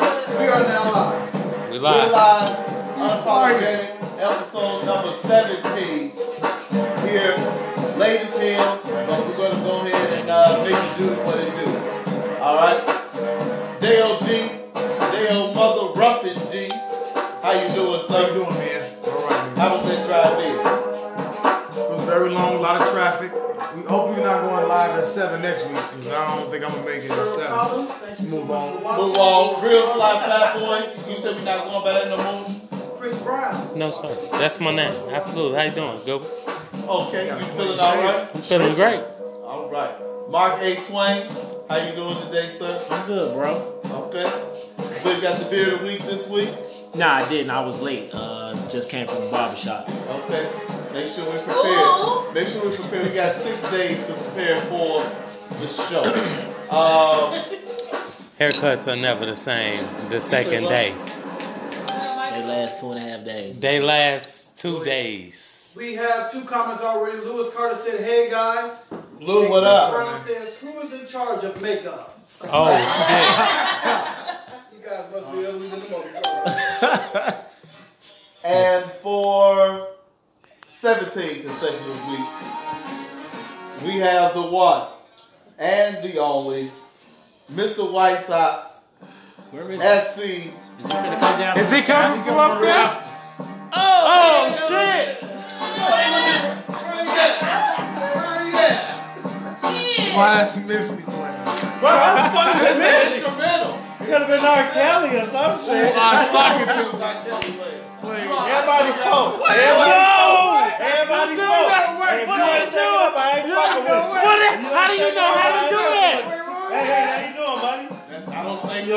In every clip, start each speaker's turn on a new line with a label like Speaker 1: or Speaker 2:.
Speaker 1: are now live.
Speaker 2: We
Speaker 1: We're
Speaker 2: live.
Speaker 1: live, unapologetic, episode number 17. Here, ladies here, but we're going to go ahead and uh, make it do what it do. All right? Dale G, Dale Mother Ruffin G. How you doing,
Speaker 3: How you
Speaker 1: son?
Speaker 3: doing, man? All right, man.
Speaker 1: How was that drive there?
Speaker 3: It was very long, a lot of traffic. We hope you're not going live at 7 next week, because I don't think I'm going to make it at 7.
Speaker 4: Let's
Speaker 3: move on.
Speaker 1: Move on. Real fly, fly boy. You said we're not going by that no more?
Speaker 4: Chris Brown.
Speaker 2: No, sir. That's my name. Absolutely. How you doing, Gilbert?
Speaker 1: Okay, you feeling all right?
Speaker 2: I'm feeling great.
Speaker 1: All right. Mark A. Twain, how you doing today, sir?
Speaker 5: I'm good, bro.
Speaker 1: Okay. But got the beer of the week this week.
Speaker 5: Nah, I didn't. I was late. Uh, just came from the barbershop.
Speaker 1: Okay. Make sure we're prepared. Make sure we're prepared. We got six days to prepare for the show. Um,
Speaker 2: Haircuts are never the same the second day.
Speaker 5: They last two and a half days.
Speaker 2: They last two days.
Speaker 4: We have two comments already. Lewis Carter said, "Hey guys."
Speaker 1: Lou, what
Speaker 4: Chris
Speaker 1: up?
Speaker 4: Brown says, "Who is in charge of makeup?"
Speaker 2: Oh,
Speaker 4: You guys must be ugly than the motherfucker.
Speaker 1: And for 17 consecutive weeks, we have the one and the only Mr. White Sox
Speaker 5: Where is it?
Speaker 1: SC.
Speaker 5: Is it gonna come down?
Speaker 2: shit. Is he coming from up there? Oh, shit.
Speaker 4: Where you at? Where you at?
Speaker 3: Why is Missy playing?
Speaker 2: Bro, how the fuck is this?
Speaker 1: Instrumental.
Speaker 2: Could have been R. Kelly or some shit.
Speaker 3: I suck it
Speaker 1: Two Zach Kelly players.
Speaker 2: Everybody cold. Everybody cold. Everybody cold. If you ain't showing up, I ain't fucking with you. How do you know how to do that?
Speaker 1: That's- I don't shake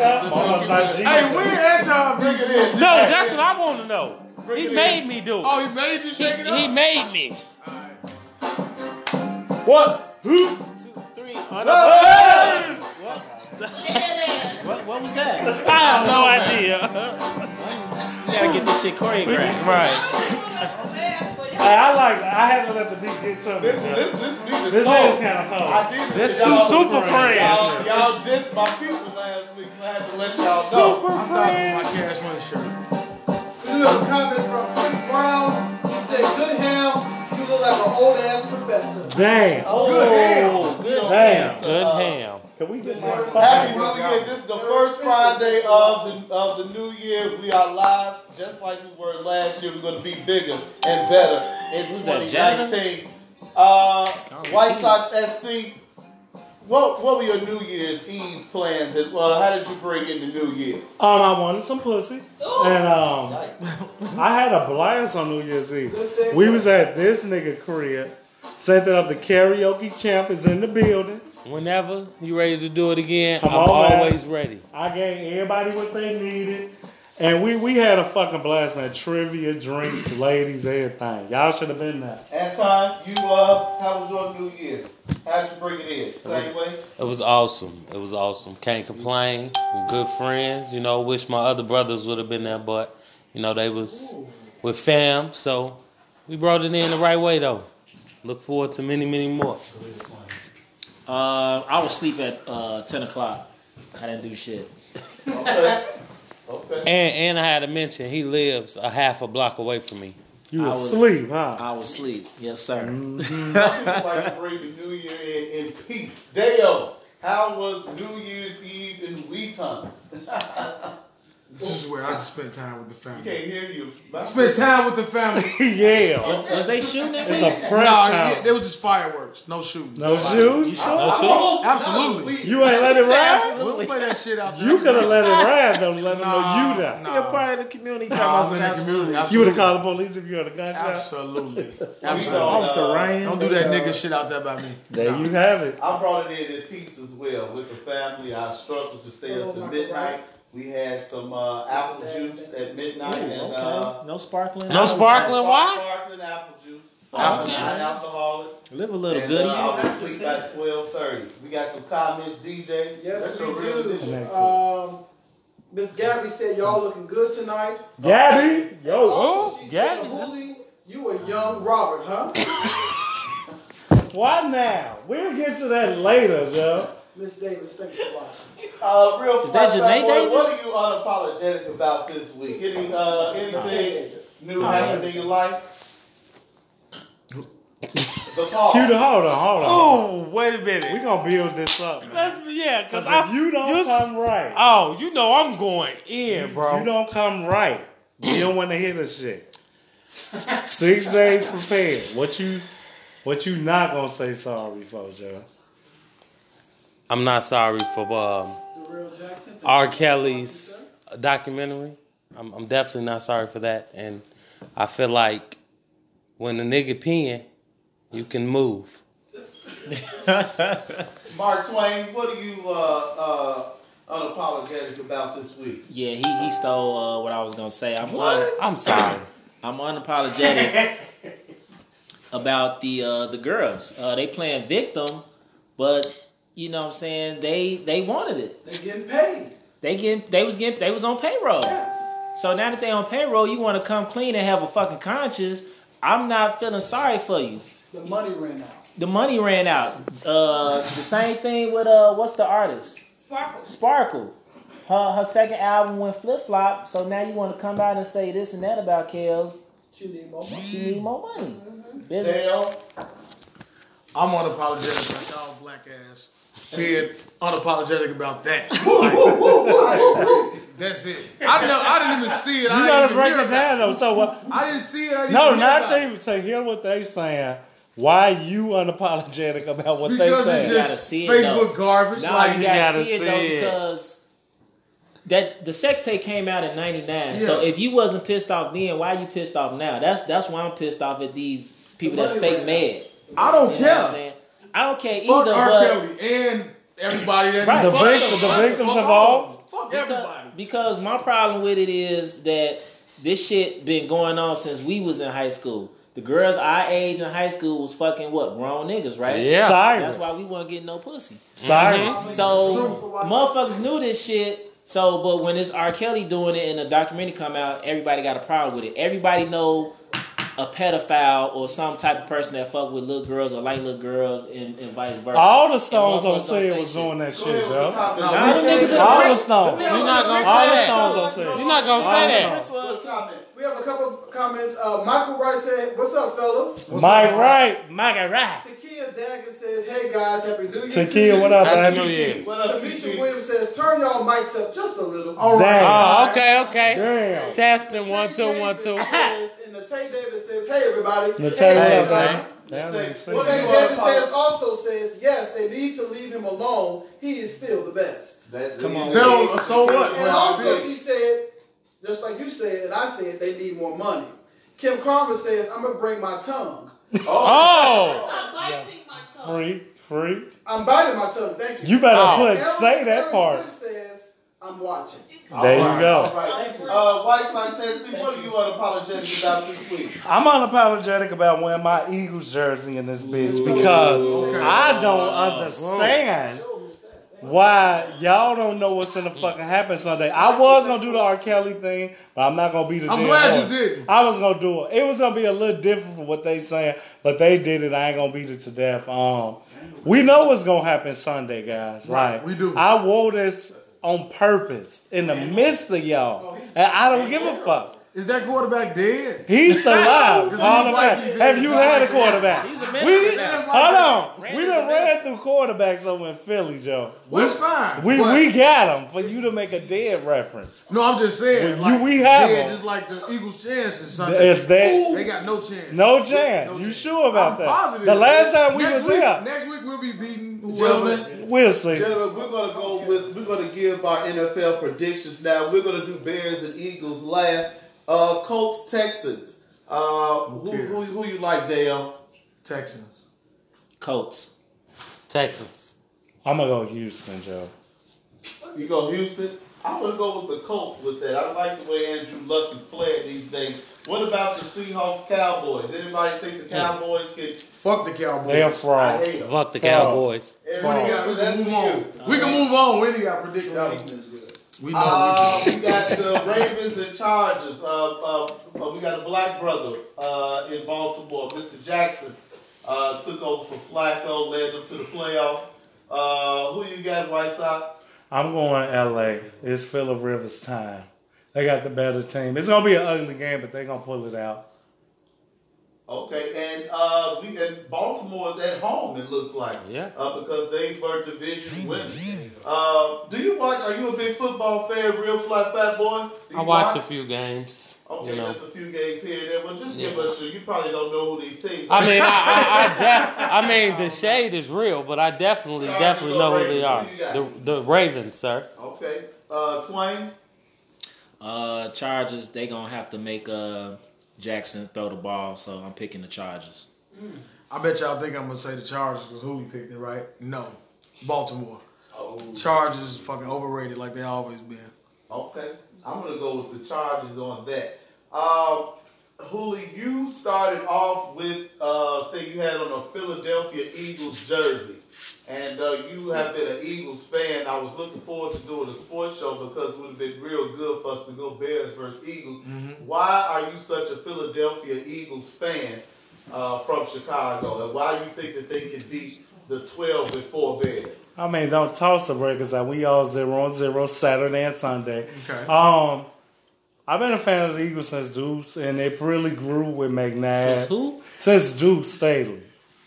Speaker 1: up. Look at this.
Speaker 3: Hey, when that time,
Speaker 1: Look
Speaker 3: nigga?
Speaker 1: at this.
Speaker 2: No, that's what I want to know. He made me do it.
Speaker 3: Oh, he made you shake it
Speaker 2: He, he
Speaker 3: up?
Speaker 2: made me.
Speaker 5: What, what was that?
Speaker 2: I have no idea.
Speaker 5: You gotta get this shit choreographed.
Speaker 2: Right.
Speaker 6: I like. I had to let the beat get to me.
Speaker 1: This, this, this beat is
Speaker 6: This
Speaker 1: cold.
Speaker 6: is kind of cold.
Speaker 1: I did
Speaker 2: This
Speaker 1: to
Speaker 2: is
Speaker 1: y'all-
Speaker 2: super friends.
Speaker 1: Y'all, y'all dissed my people last week, so I had to let y'all know.
Speaker 2: Super
Speaker 3: I'm dropping my
Speaker 2: friends.
Speaker 3: Cash Money shirt.
Speaker 4: We have a comment from Chris Brown. He said, "Good ham. You look like an old ass professor."
Speaker 6: Dang.
Speaker 1: Good
Speaker 5: Oh, good damn.
Speaker 2: Good ham.
Speaker 6: Can we get more?
Speaker 1: Happy New Year. This is the first Friday of the of the new year. We are live just like we were last year. We're gonna be bigger and better in
Speaker 5: Who's that, Jada?
Speaker 1: 2019. Uh, White Sox SC. What what were your New Year's Eve plans and well how did you break in the new year?
Speaker 6: Um, I wanted some pussy, and um,
Speaker 1: Yikes.
Speaker 6: I had a blast on New Year's Eve. We was at this nigga crib. Setting up the karaoke champ is in the building.
Speaker 2: Whenever you ready to do it again,
Speaker 6: Come
Speaker 2: I'm
Speaker 6: on, man.
Speaker 2: always ready.
Speaker 6: I gave everybody what they needed. And we, we had a fucking blast, man. Trivia, drinks, ladies, everything. Y'all should have been there.
Speaker 1: Anton, you uh how was your new year? How'd you bring it in? Same way?
Speaker 2: It was awesome. It was awesome. Can't complain. We're good friends. You know, wish my other brothers would have been there, but you know they was with fam. So we brought it in the right way though. Look forward to many, many more.
Speaker 5: Uh, I was asleep at uh, 10 o'clock. I didn't do shit.
Speaker 1: Okay. Okay.
Speaker 2: And and I had to mention he lives a half a block away from me.
Speaker 6: You
Speaker 5: I
Speaker 6: was
Speaker 5: was-
Speaker 6: asleep, huh?
Speaker 5: I was asleep. Yes, sir.
Speaker 1: People like to bring the new year in in peace. Dale, how was New Year's Eve in Wheaton?
Speaker 3: This is where I spent time with the
Speaker 1: We
Speaker 3: family.
Speaker 1: can't hear you.
Speaker 3: Spent time with the family.
Speaker 6: yeah.
Speaker 5: Was, was they shooting at
Speaker 6: It's
Speaker 5: me?
Speaker 6: a press
Speaker 3: Nah, it,
Speaker 6: house.
Speaker 3: it was just fireworks. No shooting.
Speaker 6: No
Speaker 5: You
Speaker 6: shoes?
Speaker 5: sure?
Speaker 2: No shit.
Speaker 3: Absolutely.
Speaker 6: You ain't let it ride?
Speaker 3: We'll play that shit out there.
Speaker 6: You could have let it ride though, let them know
Speaker 3: Nah,
Speaker 6: you there.
Speaker 3: nah.
Speaker 5: You're part of the community. talking
Speaker 3: Nah,
Speaker 5: about
Speaker 3: I'm in the
Speaker 5: some
Speaker 3: community.
Speaker 6: You would have
Speaker 3: absolutely.
Speaker 6: called the police if you had a gunshot.
Speaker 3: Absolutely.
Speaker 5: Officer, Officer Ryan.
Speaker 3: Don't do that nigga shit out there by me.
Speaker 6: There you have it.
Speaker 1: I brought it in in peace as well with the family. I struggled to stay
Speaker 4: Oh,
Speaker 1: up to midnight. We had some uh, apple juice at midnight and uh,
Speaker 5: Okay. No sparkling.
Speaker 2: No sparkling wine?
Speaker 1: sparkling apple juice. I'm
Speaker 2: Okay.
Speaker 1: not alcoholic.
Speaker 5: Live a little
Speaker 1: and,
Speaker 5: good.
Speaker 1: uh, I was asleep by twelve thirty. We got some comments, DJ.
Speaker 4: Yes,
Speaker 1: That's
Speaker 4: we
Speaker 1: your real
Speaker 4: do.
Speaker 1: initial.
Speaker 4: Um, Miss Gabby said y'all looking good tonight.
Speaker 6: Gabby! Yo,
Speaker 7: Oh,
Speaker 4: Also, she said,
Speaker 6: Oh, Gabby, that's-
Speaker 4: Hooli, you a young Robert, huh?
Speaker 6: Why now? We'll get to that later, Joe.
Speaker 4: Miss Davis, thanks for watching.
Speaker 1: Uh, real
Speaker 5: Is that
Speaker 1: fast,
Speaker 5: Janae
Speaker 1: boy, What
Speaker 5: Davis?
Speaker 1: are you unapologetic about this week? Any uh, anything new happened in your life? the fall.
Speaker 6: Q, the- hold on, hold on.
Speaker 7: Oh, wait a minute.
Speaker 6: We gonna build this up, man.
Speaker 7: That's, yeah, because
Speaker 6: Cause if you don't
Speaker 7: you s-
Speaker 6: come right,
Speaker 7: Oh, you know I'm going in,
Speaker 6: you
Speaker 7: bro.
Speaker 6: don't come right. You don't want to hear this shit. Six days prepared. What you, what you not gonna say sorry for, Joe?
Speaker 2: I'm not sorry for um,
Speaker 4: The real Jackson.
Speaker 2: R. Kelly's documentary. I'm, I'm definitely not sorry for that. And I feel like when a nigga peeing, you can move.
Speaker 1: Mark Twain, what are you uh, uh, unapologetic about this week?
Speaker 5: Yeah, he he stole uh, what I was gonna say. I'm Un-
Speaker 2: I'm sorry.
Speaker 5: I'm unapologetic about the uh, the girls. Uh, they playing victim, but you know what I'm saying they they wanted it.
Speaker 4: They getting paid.
Speaker 5: They get they was getting they was on payroll.
Speaker 4: Yes.
Speaker 5: So now that they on payroll, you want to come clean and have a fucking conscience. I'm not feeling sorry for you.
Speaker 4: The money ran out.
Speaker 5: The money ran out. Uh, the same thing with uh, what's the artist?
Speaker 8: Sparkles.
Speaker 5: Sparkle. Her her second album went flip flop. So now you want to come out and say this and that about Kels.
Speaker 4: She need more money.
Speaker 5: She need more money. Business.
Speaker 1: Dale,
Speaker 3: I'm unapologetic about y'all black ass being unapologetic about that. That's it. I know. I didn't even see it.
Speaker 6: You
Speaker 3: I
Speaker 6: gotta
Speaker 3: didn't
Speaker 6: break
Speaker 3: even
Speaker 6: it down
Speaker 3: hear about
Speaker 6: though. So what?
Speaker 3: it. I didn't see it. I didn't
Speaker 6: No,
Speaker 3: even hear
Speaker 6: not
Speaker 3: about it.
Speaker 6: to, to hear what they saying. Why you unapologetic about what
Speaker 3: Because
Speaker 6: they
Speaker 3: it's
Speaker 6: saying?
Speaker 5: gotta
Speaker 3: just
Speaker 5: see it,
Speaker 3: Facebook garbage.
Speaker 5: No,
Speaker 3: like
Speaker 5: you gotta
Speaker 7: gotta
Speaker 5: see it though
Speaker 7: see it.
Speaker 5: because that the sex tape came out in '99. So
Speaker 3: Yeah.
Speaker 5: if you wasn't pissed off then, why you pissed off now? That's that's why I'm pissed off at these people
Speaker 4: The
Speaker 5: that's
Speaker 4: money
Speaker 5: fake
Speaker 4: ran
Speaker 5: mad.
Speaker 3: I don't
Speaker 5: You know what I'm
Speaker 3: care.
Speaker 5: saying? I don't care
Speaker 3: Fuck
Speaker 5: either.
Speaker 3: R.
Speaker 5: but
Speaker 3: Kelly and everybody that
Speaker 5: Right.
Speaker 6: the,
Speaker 5: Fuck
Speaker 6: victim, the
Speaker 5: them.
Speaker 6: victims
Speaker 3: Fuck
Speaker 6: of all.
Speaker 3: Fuck
Speaker 5: because,
Speaker 3: everybody.
Speaker 5: because my problem with it is that this shit been going on since we was in high school. The girls our age in high school was fucking what grown niggas, right?
Speaker 7: Yeah.
Speaker 6: Cyrus.
Speaker 5: That's why Mm-hmm. we weren't getting no pussy.
Speaker 6: Cyrus.
Speaker 5: So motherfuckers knew this shit. So, but when it's R. Kelly doing it and the documentary come out, everybody got a problem with it. Everybody know a pedophile or some type of person that fuck with little girls or like little girls and, and vice versa.
Speaker 6: All the
Speaker 5: And
Speaker 6: songs
Speaker 5: motherfuckers
Speaker 6: on
Speaker 5: don't
Speaker 6: Sid
Speaker 5: say
Speaker 6: was
Speaker 5: shit.
Speaker 6: doing that
Speaker 1: go ahead
Speaker 6: shit,
Speaker 1: with the
Speaker 6: Joe.
Speaker 1: comments.
Speaker 3: No,
Speaker 1: Now,
Speaker 5: all them niggas in
Speaker 6: All
Speaker 5: Rick-
Speaker 6: the songs.
Speaker 4: You're
Speaker 7: not gonna
Speaker 6: All
Speaker 7: say
Speaker 6: the
Speaker 7: that.
Speaker 6: songs on Sid.
Speaker 7: You're not going to say that.
Speaker 5: Rick's was too.
Speaker 4: Comment. We have a couple comments. Uh, Michael Wright said, "What's up, fellas?"
Speaker 6: My right, my right.
Speaker 4: Takia Dagger says, "Hey guys, happy New Year." to
Speaker 6: Takia,
Speaker 4: you."
Speaker 6: what up,
Speaker 7: Happy
Speaker 6: baby?
Speaker 7: New Year.
Speaker 1: What up,
Speaker 4: Tamisha
Speaker 1: Keisha?
Speaker 4: Williams says, "Turn y'all mics up just a little."
Speaker 3: All right.
Speaker 6: Damn.
Speaker 7: Oh, okay, okay.
Speaker 6: Damn.
Speaker 7: Testing one, two, one, two.
Speaker 4: Says, and Nate Davis says, "Hey everybody."
Speaker 6: Natalia,
Speaker 4: Hey,
Speaker 6: what
Speaker 4: everybody.
Speaker 6: up, baby? That ain't
Speaker 4: Well,
Speaker 6: sexy.
Speaker 4: Nate
Speaker 1: You are
Speaker 4: Davis
Speaker 1: part-
Speaker 4: says also says, "Yes, they need to leave him alone. He is still the best."
Speaker 1: That-
Speaker 5: Come on.
Speaker 3: No, so what?
Speaker 4: And also, she said, just like you said, and I said, they need more money. Kim Carmen says, I'm going to bring my tongue.
Speaker 7: Oh,
Speaker 8: I'm biting my tongue.
Speaker 6: Free, free.
Speaker 4: I'm biting my tongue. Thank you.
Speaker 6: You better
Speaker 7: Oh.
Speaker 6: put
Speaker 4: Aaron-
Speaker 6: say
Speaker 4: Aaron
Speaker 6: that part.
Speaker 4: Swift says, I'm watching.
Speaker 6: There you
Speaker 1: Alright,
Speaker 6: go.
Speaker 1: alright. Uh, White Sox says, see, what are you unapologetic about this week?
Speaker 6: I'm unapologetic about wearing my Eagles jersey in this bitch because I don't understand why y'all don't know what's gonna fucking happen Sunday. I was gonna do the R. Kelly thing, but I'm not gonna be the.
Speaker 3: I'm
Speaker 6: dead
Speaker 3: glad you
Speaker 6: horse.
Speaker 3: didn't.
Speaker 6: I was gonna do it. It was gonna be a little different from what they saying, but they did it. I ain't gonna beat it to death. Um, we know what's gonna happen Sunday, guys.
Speaker 3: Right,
Speaker 6: Like
Speaker 3: we do.
Speaker 6: I wore this on purpose in the midst of y'all, and I don't give a fuck.
Speaker 3: Is that quarterback dead?
Speaker 6: He's alive.
Speaker 3: Because
Speaker 6: All
Speaker 3: he's
Speaker 6: the
Speaker 3: like-
Speaker 6: way. Have you had a quarterback?
Speaker 5: He's a
Speaker 6: We
Speaker 5: minister now.
Speaker 6: hold on. We
Speaker 5: Randall's a
Speaker 6: done ran through quarterbacks over in Philly, Joe.
Speaker 3: Well, it's fine.
Speaker 6: We
Speaker 3: but-
Speaker 6: we got him for you to make a dead reference.
Speaker 3: No, I'm just saying.
Speaker 6: Well, you-
Speaker 3: like,
Speaker 6: we have
Speaker 3: Yeah,
Speaker 6: them.
Speaker 3: just like the Eagles' chances. Sunday.
Speaker 6: Is that
Speaker 3: They got no chance.
Speaker 6: no chance?
Speaker 3: No
Speaker 6: You
Speaker 3: chance.
Speaker 6: sure about
Speaker 3: I'm
Speaker 6: that?
Speaker 3: positive.
Speaker 6: The last time we
Speaker 3: next
Speaker 6: was
Speaker 3: week,
Speaker 6: here,
Speaker 3: Next week we'll be beating whoever.
Speaker 1: Gentlemen,
Speaker 6: we'll see.
Speaker 1: gentlemen, we're going to go with, we're going to give our NFL predictions now. We're going to do Bears and Eagles last. Uh, Colts, Texans. Uh, who, who, who you like, Dale?
Speaker 3: Texans.
Speaker 5: Colts.
Speaker 2: Texans.
Speaker 6: I'm gonna go Houston, Joe.
Speaker 1: You go Houston. I'm gonna go with the Colts with that. I like the way Andrew Luck is playing these days. What about the Seahawks, Cowboys? Anybody think the Cowboys can?
Speaker 3: Fuck the Cowboys.
Speaker 6: They're
Speaker 1: I
Speaker 6: fraud.
Speaker 1: hate them.
Speaker 2: Fuck the
Speaker 6: Fuck.
Speaker 2: Cowboys.
Speaker 1: Everybody got-
Speaker 3: we
Speaker 1: so
Speaker 3: can
Speaker 1: that's
Speaker 3: move
Speaker 1: for
Speaker 3: on.
Speaker 1: you.
Speaker 3: We can move on. We ain't got prediction. We know.
Speaker 1: Uh, we got the Ravens and Chargers. Uh, uh, uh, we got a black brother uh, in Baltimore, Mr. Jackson, uh, took over for Flacco, led them to the playoff. Uh, who you got, White Sox?
Speaker 6: I'm going LA. It's Phillip Rivers time. They got the better team. It's gonna be an ugly game, but they're gonna pull it out.
Speaker 1: Okay, and uh, we and Baltimore is at home. It looks like
Speaker 2: Yeah.
Speaker 1: uh, because they were division winners. Uh, do you watch? Are you a big football fan? Real fly fat boy. Do you
Speaker 2: I watch a few games.
Speaker 1: Okay,
Speaker 2: you know.
Speaker 1: that's a few games here and there, but just give
Speaker 2: Yeah.
Speaker 1: us. You probably don't know who these things.
Speaker 2: I mean, I, I, I, def- I mean, the shade is real, but I definitely,
Speaker 1: Chargers
Speaker 2: definitely
Speaker 1: or
Speaker 2: know who they are.
Speaker 1: Ravens? Who you
Speaker 2: The, the Ravens, sir.
Speaker 1: okay, uh, Twain.
Speaker 5: Uh, Chargers. They gonna have to make uh Jackson throw the ball, so I'm picking the Chargers.
Speaker 3: I bet y'all think I'm gonna say the Chargers because Hooley picked it, right? No, Baltimore. Chargers is fucking overrated like they always been.
Speaker 1: Okay, I'm gonna go with the Chargers on that. Um, Hooli, you started off with uh, say you had on a Philadelphia Eagles jersey, and uh, you have been an Eagles fan. I was looking forward to doing a sports show because it would have been real good for us to go Bears versus Eagles. Why are you such a Philadelphia Eagles fan uh, from Chicago, and why do you think that they can beat the 12 before Bears?
Speaker 6: I mean, don't toss the records out. We all zero on zero Saturday and Sunday.
Speaker 3: Okay.
Speaker 6: Um, I've been a fan of the Eagles since Deuce, and it really grew with McNabb.
Speaker 5: Since who? Hmm.
Speaker 6: Since Deuce Staley,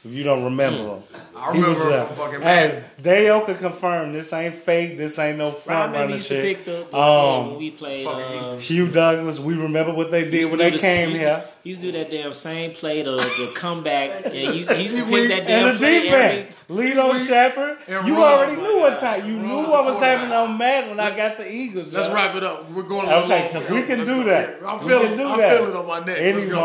Speaker 6: if you don't remember him.
Speaker 3: I
Speaker 6: He was
Speaker 3: remember
Speaker 6: there.
Speaker 3: from fucking.
Speaker 6: Hey, Dale can confirm this ain't fake. This ain't no
Speaker 5: I
Speaker 6: front
Speaker 5: remember
Speaker 6: running
Speaker 5: used to
Speaker 6: shit.
Speaker 5: pick the, the
Speaker 6: Um,
Speaker 5: when we played.
Speaker 3: fucking
Speaker 5: um,
Speaker 6: Hugh Douglas, we remember what they did
Speaker 5: used to
Speaker 6: when
Speaker 5: do
Speaker 6: they
Speaker 5: the-
Speaker 6: came
Speaker 5: used to-
Speaker 6: here.
Speaker 5: Used to do that damn same play to the comeback, and you you used to
Speaker 3: We-
Speaker 5: pick that damn
Speaker 6: And the
Speaker 5: play every-
Speaker 6: defense, Lito Shepard.
Speaker 3: and
Speaker 6: You
Speaker 3: Ron,
Speaker 6: already
Speaker 3: my
Speaker 6: knew
Speaker 3: God.
Speaker 6: what time. You
Speaker 3: Ron,
Speaker 6: knew what was
Speaker 3: quarterback.
Speaker 6: happening on Madden when I got the Eagles.
Speaker 3: Let's
Speaker 6: yo.
Speaker 3: wrap it up. We're going. a little
Speaker 6: Okay,
Speaker 3: long.
Speaker 6: because we can
Speaker 3: Let's
Speaker 6: do
Speaker 3: go.
Speaker 6: that.
Speaker 3: I'm
Speaker 6: We
Speaker 3: feeling.
Speaker 6: can do
Speaker 3: I'm
Speaker 6: that.
Speaker 3: feeling on my neck.
Speaker 6: Any
Speaker 3: Let's go.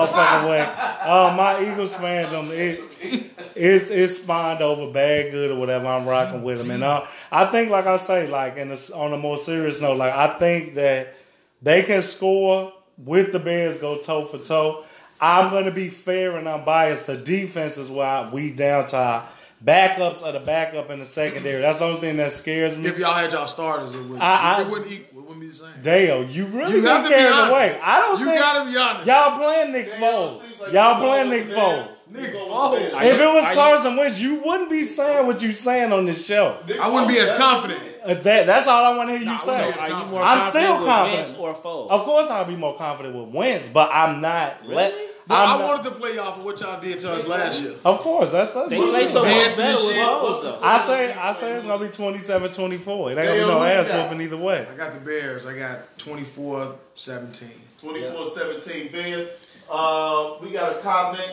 Speaker 6: motherfucking way. Uh, my Eagles fandom it, it's it's spawned over bad good or whatever. I'm rocking with them, and uh, I think, like I say, like in the, on a more serious note, like I think that they can score with the Bears go toe for toe. I'm gonna be fair and unbiased. The defense is why we down to our backups are the backup in the secondary. That's the only thing that scares me.
Speaker 3: If y'all had y'all starters, it wouldn't.
Speaker 6: I- I-
Speaker 3: it wouldn't equal. It wouldn't be the same.
Speaker 6: Dale, you really
Speaker 3: You
Speaker 6: got
Speaker 3: have
Speaker 6: to
Speaker 3: to be
Speaker 6: carry it
Speaker 3: honest.
Speaker 6: away. I don't
Speaker 3: You
Speaker 6: think
Speaker 3: gotta be honest.
Speaker 6: Y'all playing Nick Foles. Y'all playing Nick Foles.
Speaker 3: Nick Foles.
Speaker 6: If it was
Speaker 5: Are you-
Speaker 6: Carson Wentz, you wouldn't be saying what you saying on this show.
Speaker 3: I wouldn't be as confident.
Speaker 6: Uh, That, that's all I want to hear you
Speaker 3: Nah, I
Speaker 6: say.
Speaker 3: was-
Speaker 5: Are you more
Speaker 6: I'm
Speaker 5: confident
Speaker 6: still
Speaker 5: with
Speaker 6: confident.
Speaker 5: Wentz or Foles?
Speaker 6: Of course, I'll be more confident with Wentz, but I'm not. Let,
Speaker 3: But
Speaker 6: I'm
Speaker 3: I
Speaker 6: not-
Speaker 3: wanted to play off of what y'all did to us last year.
Speaker 6: Of course, that's, that's
Speaker 5: They play so much
Speaker 3: Dancing
Speaker 5: better
Speaker 3: and
Speaker 5: with
Speaker 3: shit.
Speaker 5: Foles though.
Speaker 6: I say I say it's gonna be 27-24. It ain't gonna be
Speaker 1: Dale,
Speaker 6: no
Speaker 1: who you
Speaker 6: ass
Speaker 1: got?
Speaker 6: whooping either way.
Speaker 3: I got the Bears. I got 24-17.
Speaker 1: 24-17 Bears. Uh, we got a comment.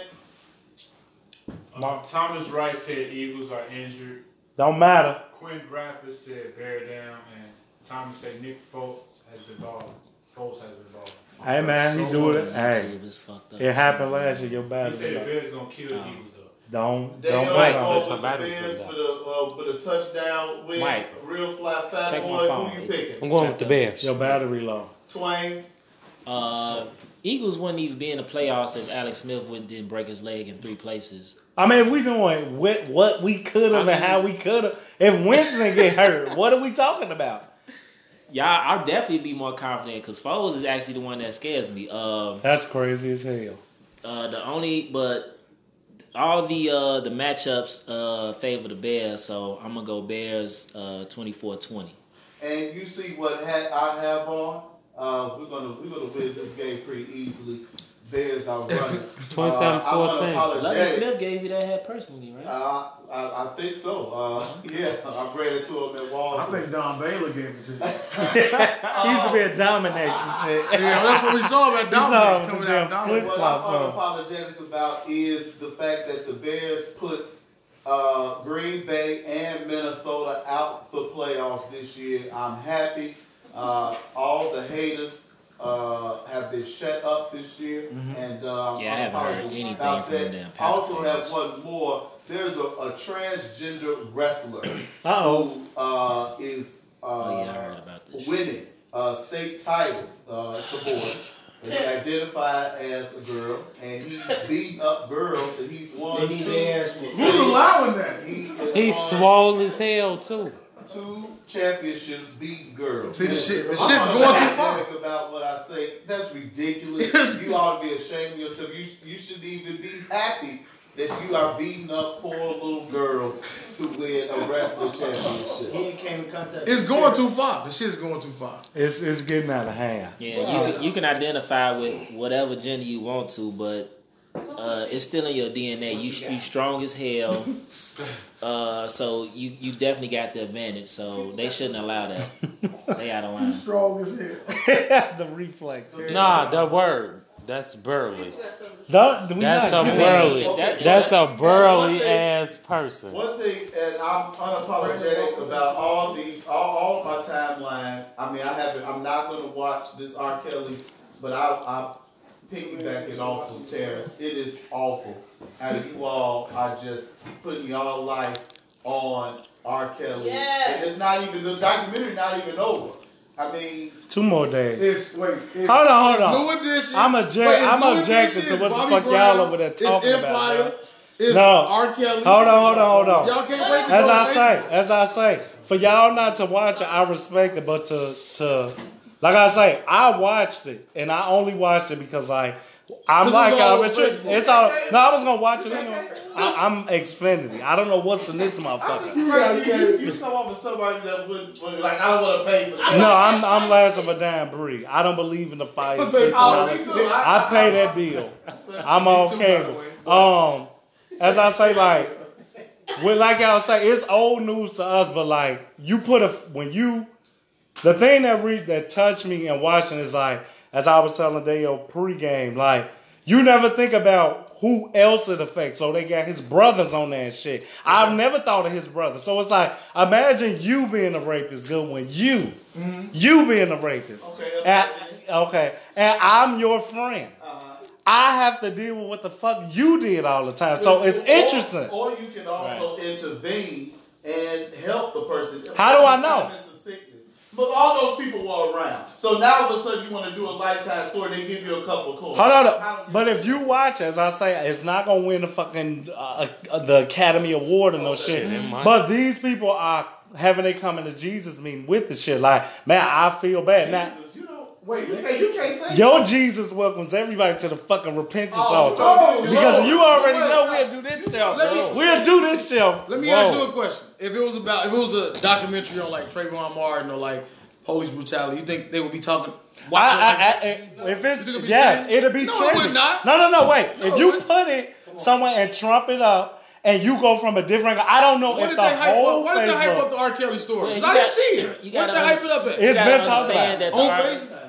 Speaker 8: Uh, Thomas Wright said Eagles are injured.
Speaker 6: Don't matter.
Speaker 8: Quinn Bradford said bear down, and Thomas said Nick Foltz has been balling. Foltz has been balling.
Speaker 6: Hey man, he do it. Hey,
Speaker 5: YouTube is fucked up.
Speaker 6: it happened last year. Your
Speaker 8: He
Speaker 6: bad.
Speaker 8: said the Bears gonna kill the Eagles though.
Speaker 6: Don't
Speaker 1: They
Speaker 6: don't
Speaker 1: all
Speaker 6: matter.
Speaker 1: go
Speaker 2: That's
Speaker 1: with the
Speaker 2: somebody
Speaker 1: Bears
Speaker 2: put
Speaker 1: for the uh, for the touchdown win.
Speaker 5: Mike,
Speaker 1: Real fly fat
Speaker 5: check my
Speaker 1: boy.
Speaker 5: phone.
Speaker 1: Who you picking?
Speaker 2: I'm going with the Bears.
Speaker 6: Your battery low.
Speaker 1: Twain.
Speaker 5: Uh, Eagles wouldn't even be in the playoffs if Alex Smith would didn't break his leg in three places.
Speaker 6: I mean, if we doing what, what we could have and how we could have, if Winston get hurt, what are we talking about?
Speaker 5: Y'all, I'll definitely be more confident because Foles is actually the one that scares me. Um,
Speaker 6: That's crazy as hell.
Speaker 5: Uh, the only, but all the uh, the matchups uh, favor the Bears, so I'm gonna go Bears uh, 24-20.
Speaker 1: And you see what hat I have on. Uh, we're gonna we're gonna win this game pretty easily. Bears are running.
Speaker 2: 27-14.
Speaker 1: Uh, I wanna
Speaker 5: Lovie
Speaker 1: apologize.
Speaker 5: Smith gave you that hat personally, right?
Speaker 1: Uh, I, I think so. Uh, yeah, I ran into him at
Speaker 3: I
Speaker 1: Walmart.
Speaker 3: think Don Baylor gave it to you. yeah,
Speaker 6: He
Speaker 1: Uh,
Speaker 6: used to be a Dominax and shit.
Speaker 3: that's what we saw about
Speaker 6: saw
Speaker 3: Dominic
Speaker 6: him
Speaker 3: coming
Speaker 6: damn
Speaker 3: out. Dominic.
Speaker 6: flip.
Speaker 1: What I'm
Speaker 6: Flip-flops on.
Speaker 1: unapologetic about is the fact that the Bears put uh, Green Bay and Minnesota out the playoffs this year. I'm happy. Uh, all the haters uh, have been shut up this year, and uh,
Speaker 5: Mm-hmm. Yeah, I haven't heard
Speaker 1: unapologetic
Speaker 5: anything
Speaker 1: about
Speaker 5: from
Speaker 1: that.
Speaker 5: them
Speaker 1: I also
Speaker 5: Packers.
Speaker 1: have one more. There's a, a transgender wrestler
Speaker 6: Uh-oh.
Speaker 1: who uh, is uh,
Speaker 5: Oh, yeah, I heard about this shit.
Speaker 1: winning uh, state titles. Uh, it's a boy. He's identified as a girl, and he's beating up girls, and he's won
Speaker 4: Maybe
Speaker 1: two.
Speaker 4: their ass
Speaker 3: Who's
Speaker 1: He
Speaker 3: allowing that?
Speaker 1: has
Speaker 2: He's
Speaker 1: won
Speaker 2: swole as hell too.
Speaker 1: Two championships beating girls.
Speaker 3: See, the shit, the
Speaker 1: I'm
Speaker 3: shit's going too far.
Speaker 1: unapologetic About what I say, that's ridiculous. you ought to be ashamed of yourself. You you should even be happy that you are beating up poor little girls to win a wrestling championship.
Speaker 4: He came in contact.
Speaker 3: It's going too far. The shit is going too far.
Speaker 6: It's it's getting out of hand.
Speaker 5: Yeah, you can, you can identify with whatever gender you want to, but uh, it's still in your DNA. You you strong as hell, uh, so you you definitely got the advantage. So they shouldn't allow that. They out of line.
Speaker 4: Strong as hell.
Speaker 6: the reflex.
Speaker 2: Nah, that word. That's burly.
Speaker 6: Don't- we
Speaker 2: That's a
Speaker 6: not doing
Speaker 2: burly.
Speaker 5: That-
Speaker 2: That's a burly ass person.
Speaker 1: One thing, and I'm unapologetic about all these, all, all of my timeline. I mean, I haven't, I'm not going to watch this R. Kelly, but I, I piggyback it off of Terrence. It is awful. How you all are just putting y'all life on R. Kelly.
Speaker 9: Yes.
Speaker 1: And It's not even, the documentary not even over. I mean,
Speaker 6: Two more days.
Speaker 3: It's wait. It's,
Speaker 6: Hold on, hold
Speaker 3: it's
Speaker 6: on.
Speaker 3: New edition.
Speaker 6: I'm object-
Speaker 3: Wait, it's
Speaker 6: I'm
Speaker 3: New
Speaker 6: objecting
Speaker 3: Edition,
Speaker 6: to what the
Speaker 3: it's
Speaker 6: fuck
Speaker 3: Bobby
Speaker 6: y'all
Speaker 3: Brown,
Speaker 6: over there
Speaker 3: it's
Speaker 6: talking about,
Speaker 3: Empire,
Speaker 6: y'all.
Speaker 3: It's
Speaker 6: No.
Speaker 3: R. Kelly.
Speaker 6: Hold on, hold on, hold on.
Speaker 3: Y'all can't wait to
Speaker 6: As
Speaker 3: go
Speaker 6: I
Speaker 3: late.
Speaker 6: say, as I say, for y'all not to watch it, I respect it, but to to like I say, I watched it and I only watched it because like I'm
Speaker 3: This
Speaker 6: like
Speaker 3: is all
Speaker 6: uh,
Speaker 3: over
Speaker 6: Richard.
Speaker 3: Facebook.
Speaker 6: It's all no. I was gonna watch it. Anyway. I, I'm Xfinity. I don't know what's in this motherfucker.
Speaker 1: right, you, you, you come off with somebody that would, would, like, I don't want to pay for that.
Speaker 6: No, I'm I'm last of a damn breed. I don't believe in the fire.
Speaker 1: Oh, me too.
Speaker 6: I pay that bill. I'm on cable. Um, as I say, like, well, like y'all say, it's old news to us, but like, you put a when you, the thing that re, that touched me in watching is like, as I was telling Dale pregame, like, you never think about who else it affects. So they got his brothers on that shit. I've never thought of his brother. So it's like, imagine you being a rapist, good one. You, you being a rapist.
Speaker 1: Okay,
Speaker 6: And-
Speaker 1: imagine.
Speaker 6: okay, and I'm your friend. I have to deal with what the fuck you did all the time. So it's
Speaker 1: Or-
Speaker 6: interesting.
Speaker 1: Or you can also intervene and help the person.
Speaker 6: How do I know?
Speaker 1: It's a sickness. But all those people were around. So now all of a sudden you want to do a lifetime story, they give you a couple of coins.
Speaker 6: Hold
Speaker 1: How
Speaker 6: on,
Speaker 1: do
Speaker 6: though. but if you watch, as I say, it's not gonna win the fucking uh, uh, the Academy Award
Speaker 3: Oh,
Speaker 6: and no shit. But these people are having they coming to Jesus meeting with the shit. Like, man, I feel bad now.
Speaker 1: Jesus, you don't wait, you can't, you can't say
Speaker 6: Your Jesus welcomes everybody to the fucking repentance
Speaker 1: Oh,
Speaker 6: altar
Speaker 1: no,
Speaker 6: because
Speaker 1: no.
Speaker 6: you already
Speaker 3: Wait.
Speaker 6: know we'll do this
Speaker 3: Let me-
Speaker 6: show. We'll do this show.
Speaker 3: Let me ask you a question. If it was about, if it was a documentary on like Trayvon Martin or like police brutality, you think they would be talking?
Speaker 6: I, I, I, if
Speaker 3: You think it'll
Speaker 6: it's
Speaker 3: be
Speaker 6: yes,
Speaker 3: trendy?
Speaker 6: it'll be
Speaker 3: No, it
Speaker 6: trendy.
Speaker 3: would not.
Speaker 6: No, no, no. Wait.
Speaker 3: No,
Speaker 6: if
Speaker 3: it
Speaker 6: you
Speaker 3: wouldn't.
Speaker 6: put it somewhere and trump it up, and you go from a different, I don't know
Speaker 3: Why
Speaker 6: if
Speaker 3: did
Speaker 6: the
Speaker 3: they hype up?
Speaker 6: whole
Speaker 3: Why did they hype up
Speaker 6: Facebook.
Speaker 3: the R. Kelly story?
Speaker 5: Yeah,
Speaker 3: 'Cause
Speaker 5: you
Speaker 3: I
Speaker 5: got-
Speaker 3: didn't see it.
Speaker 5: you
Speaker 3: What
Speaker 5: gotta
Speaker 3: did they hype it
Speaker 5: understand-
Speaker 3: up at?
Speaker 6: It's
Speaker 5: You gotta
Speaker 6: been talked
Speaker 5: understand
Speaker 6: about.
Speaker 5: that the
Speaker 3: On
Speaker 5: R-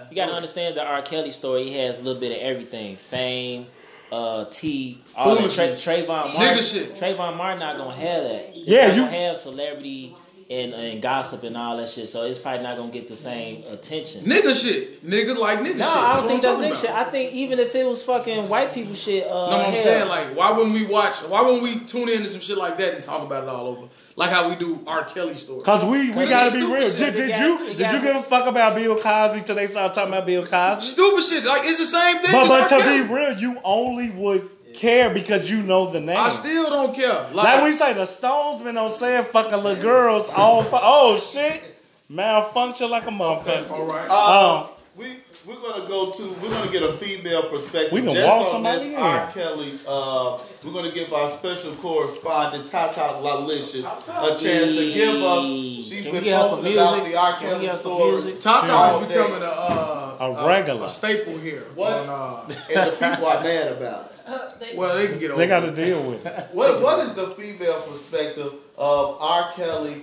Speaker 3: Facebook?
Speaker 5: You gotta understand the R. Kelly story. He has a little bit of everything: fame, uh, T, all that. Tra-
Speaker 3: Foolishness.
Speaker 5: Trayvon
Speaker 3: Nigga
Speaker 5: Martin.
Speaker 3: shit.
Speaker 5: Trayvon Martin not gonna have that. He's
Speaker 6: Yeah,
Speaker 5: not
Speaker 6: you-
Speaker 5: gonna have celebrity and, and gossip and all that shit. So it's probably not gonna get the same attention.
Speaker 3: Nigga shit. Nigga like nigga shit.
Speaker 5: No, I don't think
Speaker 3: what
Speaker 5: that's
Speaker 3: I'm talking
Speaker 5: nigga shit.
Speaker 3: about.
Speaker 5: I think even if it was fucking white people shit, uh,
Speaker 3: No, I'm
Speaker 5: hell,
Speaker 3: saying like, why wouldn't we watch? Why wouldn't we tune in to some shit like that and talk about it all over, like how we do R. Kelly story?
Speaker 6: Cause we, we
Speaker 3: It's
Speaker 6: gotta be
Speaker 3: stupid
Speaker 6: real.
Speaker 3: shit.
Speaker 6: Did,
Speaker 5: It
Speaker 6: did
Speaker 5: got-
Speaker 6: you
Speaker 5: it
Speaker 6: did
Speaker 5: got-
Speaker 6: you give a fuck about Bill Cosby till they started talking about Bill Cosby?
Speaker 3: Stupid shit. Like it's the same thing.
Speaker 6: But
Speaker 3: as
Speaker 6: but
Speaker 3: R.
Speaker 6: to
Speaker 3: Kelly.
Speaker 6: be real, you only would care because you know the name.
Speaker 3: I still don't care.
Speaker 6: Like we say, the Stones been on saying fucking little girls all fu- oh shit malfunction like a motherfucker.
Speaker 3: all right.
Speaker 1: Uh,
Speaker 6: Um,
Speaker 1: we we're gonna go to we're gonna get a female perspective.
Speaker 6: We gonna
Speaker 1: just
Speaker 6: wall
Speaker 1: on
Speaker 6: somebody
Speaker 1: this
Speaker 6: in.
Speaker 1: R. Kelly. Uh, we're gonna give our special correspondent Tata Lalicious a chance to give us. She's
Speaker 5: Can we
Speaker 1: been
Speaker 5: get her some
Speaker 1: posting about
Speaker 5: music?
Speaker 1: the R.
Speaker 5: Can we
Speaker 1: Kelly
Speaker 5: get her some
Speaker 1: story.
Speaker 5: music?
Speaker 1: all
Speaker 3: Tata is
Speaker 1: day.
Speaker 3: becoming a uh,
Speaker 6: A regular.
Speaker 3: a staple here.
Speaker 1: What?
Speaker 3: On, uh,
Speaker 1: and the people are mad about it.
Speaker 3: well, they can get over.
Speaker 6: They
Speaker 3: it.
Speaker 6: gotta deal with. it.
Speaker 1: What what is the female perspective of R. Kelly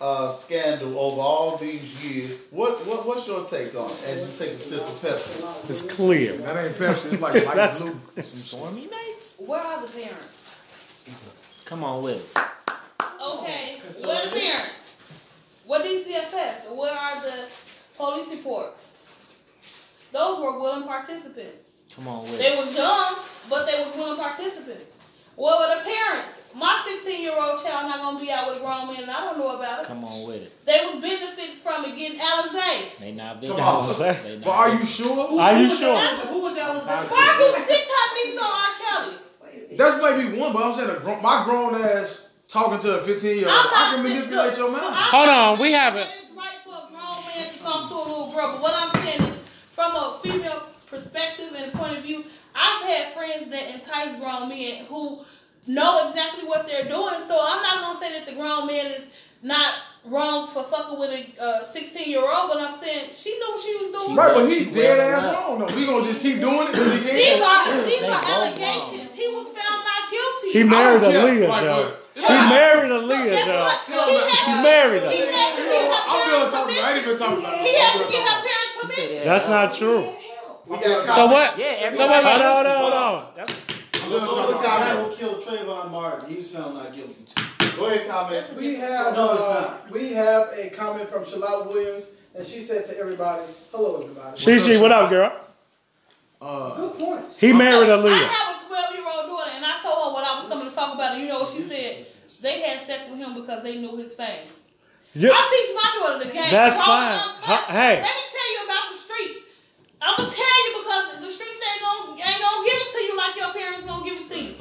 Speaker 1: uh, scandal over all these years? What what what's your take on it as you take a sip of Pepsi?
Speaker 6: It's clear.
Speaker 3: That ain't Pepsi. It's like light
Speaker 6: That's-
Speaker 3: blue.
Speaker 5: Stormy nights.
Speaker 9: Where are the parents?
Speaker 5: Come on with it.
Speaker 9: Okay, where the parents? What DCFS? What are the police reports? Those were willing participants.
Speaker 5: Come on with it.
Speaker 9: They was young, but they was willing participants. What were the parents? My 16 year old child not gonna be out with a grown man, and I don't know about it.
Speaker 5: Come on with it.
Speaker 9: They was benefiting from it getting Alizé.
Speaker 5: They
Speaker 1: Come
Speaker 5: not victims.
Speaker 1: on.
Speaker 5: They not.
Speaker 3: But are you sure?
Speaker 6: Are you sure?
Speaker 4: Who was that? Was that?
Speaker 9: Why do you stick her knees on R. Kelly?
Speaker 3: That's maybe one. But I'm saying a grown, my grown ass talking to a 15 year old.
Speaker 9: I'm
Speaker 3: I
Speaker 9: not
Speaker 3: can
Speaker 9: saying-
Speaker 3: manipulate your
Speaker 9: look, so I'm
Speaker 3: mind.
Speaker 7: Hold
Speaker 9: not
Speaker 7: on, we
Speaker 9: saying
Speaker 7: haven't-
Speaker 9: that It's right for a grown man to talk to a little girl, but what I'm saying is, from a female perspective and point of view, I've had friends that entice grown men who know exactly what they're doing. So I'm not gonna say that the grown man is not wrong for fucking with a 16 year old, but I'm saying she knew what she was doing.
Speaker 3: Right, but he
Speaker 5: She
Speaker 3: dead
Speaker 5: wearing
Speaker 3: ass
Speaker 5: a
Speaker 3: wrong. No, we gonna just keep doing it because he
Speaker 9: These
Speaker 3: dead.
Speaker 9: are these
Speaker 5: They
Speaker 9: are
Speaker 5: both wrong.
Speaker 9: allegations. He was found not guilty.
Speaker 6: He married
Speaker 3: I don't care.
Speaker 6: Aaliyah,
Speaker 3: Like,
Speaker 6: Joe.
Speaker 3: look,
Speaker 6: He
Speaker 9: yeah.
Speaker 6: married
Speaker 9: Guess
Speaker 6: Aaliyah, Joe.
Speaker 9: what? He
Speaker 6: He
Speaker 9: had-
Speaker 6: married
Speaker 9: He
Speaker 6: her.
Speaker 9: had to get her
Speaker 3: I'm feeling
Speaker 9: parents'
Speaker 3: talking. I ain't even
Speaker 9: permission.
Speaker 3: talking about
Speaker 9: He had to
Speaker 3: that.
Speaker 9: get her parents' permission.
Speaker 6: That's not true.
Speaker 1: We got
Speaker 7: So what?
Speaker 5: Yeah, everybody.
Speaker 7: So wait,
Speaker 6: Hold
Speaker 7: wait.
Speaker 6: on, hold on, hold on. That's-
Speaker 1: Go ahead,
Speaker 4: who killed Trayvon Martin. He was found not guilty.
Speaker 1: Go ahead, comment.
Speaker 4: We have
Speaker 1: No, it's
Speaker 4: uh, we have a comment from Shalot Williams, and she said to everybody, "Hello, everybody."
Speaker 6: Shishi, what up, girl?
Speaker 4: Good point.
Speaker 6: He married
Speaker 9: I
Speaker 6: Aaliyah.
Speaker 9: have a 12 year old daughter, and I told her what I was coming to talk about, and you know what she said? They had sex with him because they knew his fame.
Speaker 6: Yeah.
Speaker 9: I teach my daughter the game.
Speaker 6: That's
Speaker 9: Raw and
Speaker 6: fine.
Speaker 9: uncut.
Speaker 6: Huh, hey.
Speaker 9: Let me tell you about the streets. I'm gonna tell you because the streets ain't gonna ain't gonna give it to you like your parents gonna give it to you.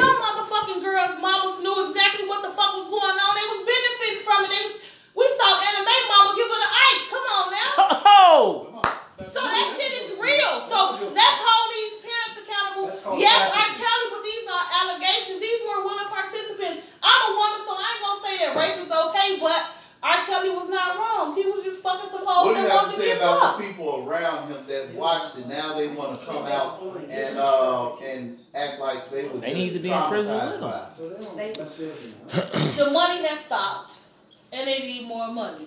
Speaker 9: Them motherfucking girls' mamas knew exactly what the fuck was going on. They was benefiting from it. They was, we saw anime mama give her the Ike. Come on now.
Speaker 5: Oh,
Speaker 9: So that shit is real. So let's hold these parents accountable. Yes, R. Kelly, but these are allegations. These were willing participants. I'm a woman, so I ain't gonna say that rape is okay, but R. Kelly was not wrong. He was just fucking some hoes
Speaker 1: What do
Speaker 9: that
Speaker 1: you have
Speaker 9: wanted
Speaker 1: to
Speaker 9: to
Speaker 1: say
Speaker 9: get
Speaker 1: about
Speaker 9: fucked.
Speaker 1: the people around him that watched it? Now they want to come out and uh, and act like they were.
Speaker 5: They
Speaker 1: just
Speaker 5: need to be in prison
Speaker 1: traumatized
Speaker 5: with
Speaker 1: by it.
Speaker 9: The money has stopped, and they need more money.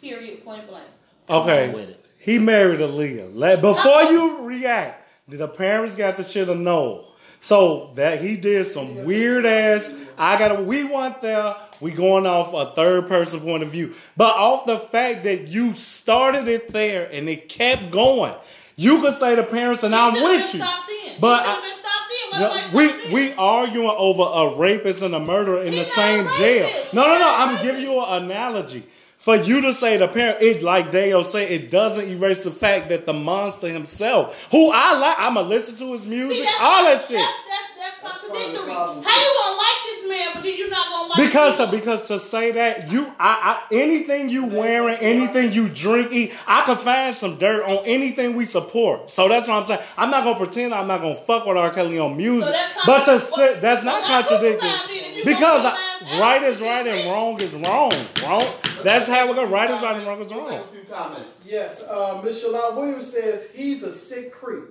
Speaker 9: Period. Point blank.
Speaker 6: Okay. He married Aaliyah. Let, before you react, the parents got the shit to know. So that he did some weird ass. I gotta. We want there. We going off a third person point of view, but off the fact that you started it there and it kept going. You could say the parents, and I'm with you. But
Speaker 9: But should
Speaker 6: I-
Speaker 9: have been stopped then. Why
Speaker 6: No,
Speaker 9: nobody
Speaker 6: we
Speaker 9: stopped then?
Speaker 6: we arguing over a rapist and a murderer in
Speaker 9: He
Speaker 6: the
Speaker 9: not
Speaker 6: same
Speaker 9: a
Speaker 6: jail.
Speaker 9: rapist.
Speaker 6: No,
Speaker 9: He
Speaker 6: no, no.
Speaker 9: not a
Speaker 6: I'm giving
Speaker 9: rapist.
Speaker 6: you an analogy. For you to say the parent, it like Dale said, it doesn't erase the fact that the monster himself, who I like, I'ma listen to his music,
Speaker 9: See, that's
Speaker 6: all that
Speaker 9: that's-
Speaker 6: shit.
Speaker 9: That's, that's, that's contradictory. How
Speaker 4: problem.
Speaker 9: you gonna like this man, but then you're not gonna like
Speaker 6: Because
Speaker 9: him?
Speaker 6: because to say that you, I, I anything you wearing, anything you drink, eat, I can find some dirt on anything we support. So that's what I'm saying. I'm not gonna pretend I'm not gonna fuck with R. Kelly on music,
Speaker 9: So that's
Speaker 6: but to
Speaker 9: contra-
Speaker 6: say that's
Speaker 9: so
Speaker 6: not
Speaker 9: why
Speaker 6: contradicting.
Speaker 9: crucify him then if you
Speaker 6: Because
Speaker 9: gonna crucify him?
Speaker 6: right is right and wrong is wrong. Wrong. That's how we go. Right is right and wrong is
Speaker 1: Let's
Speaker 6: wrong.
Speaker 1: Take a few comments.
Speaker 4: Yes, uh, Miss Shalot Williams says he's a sick creep.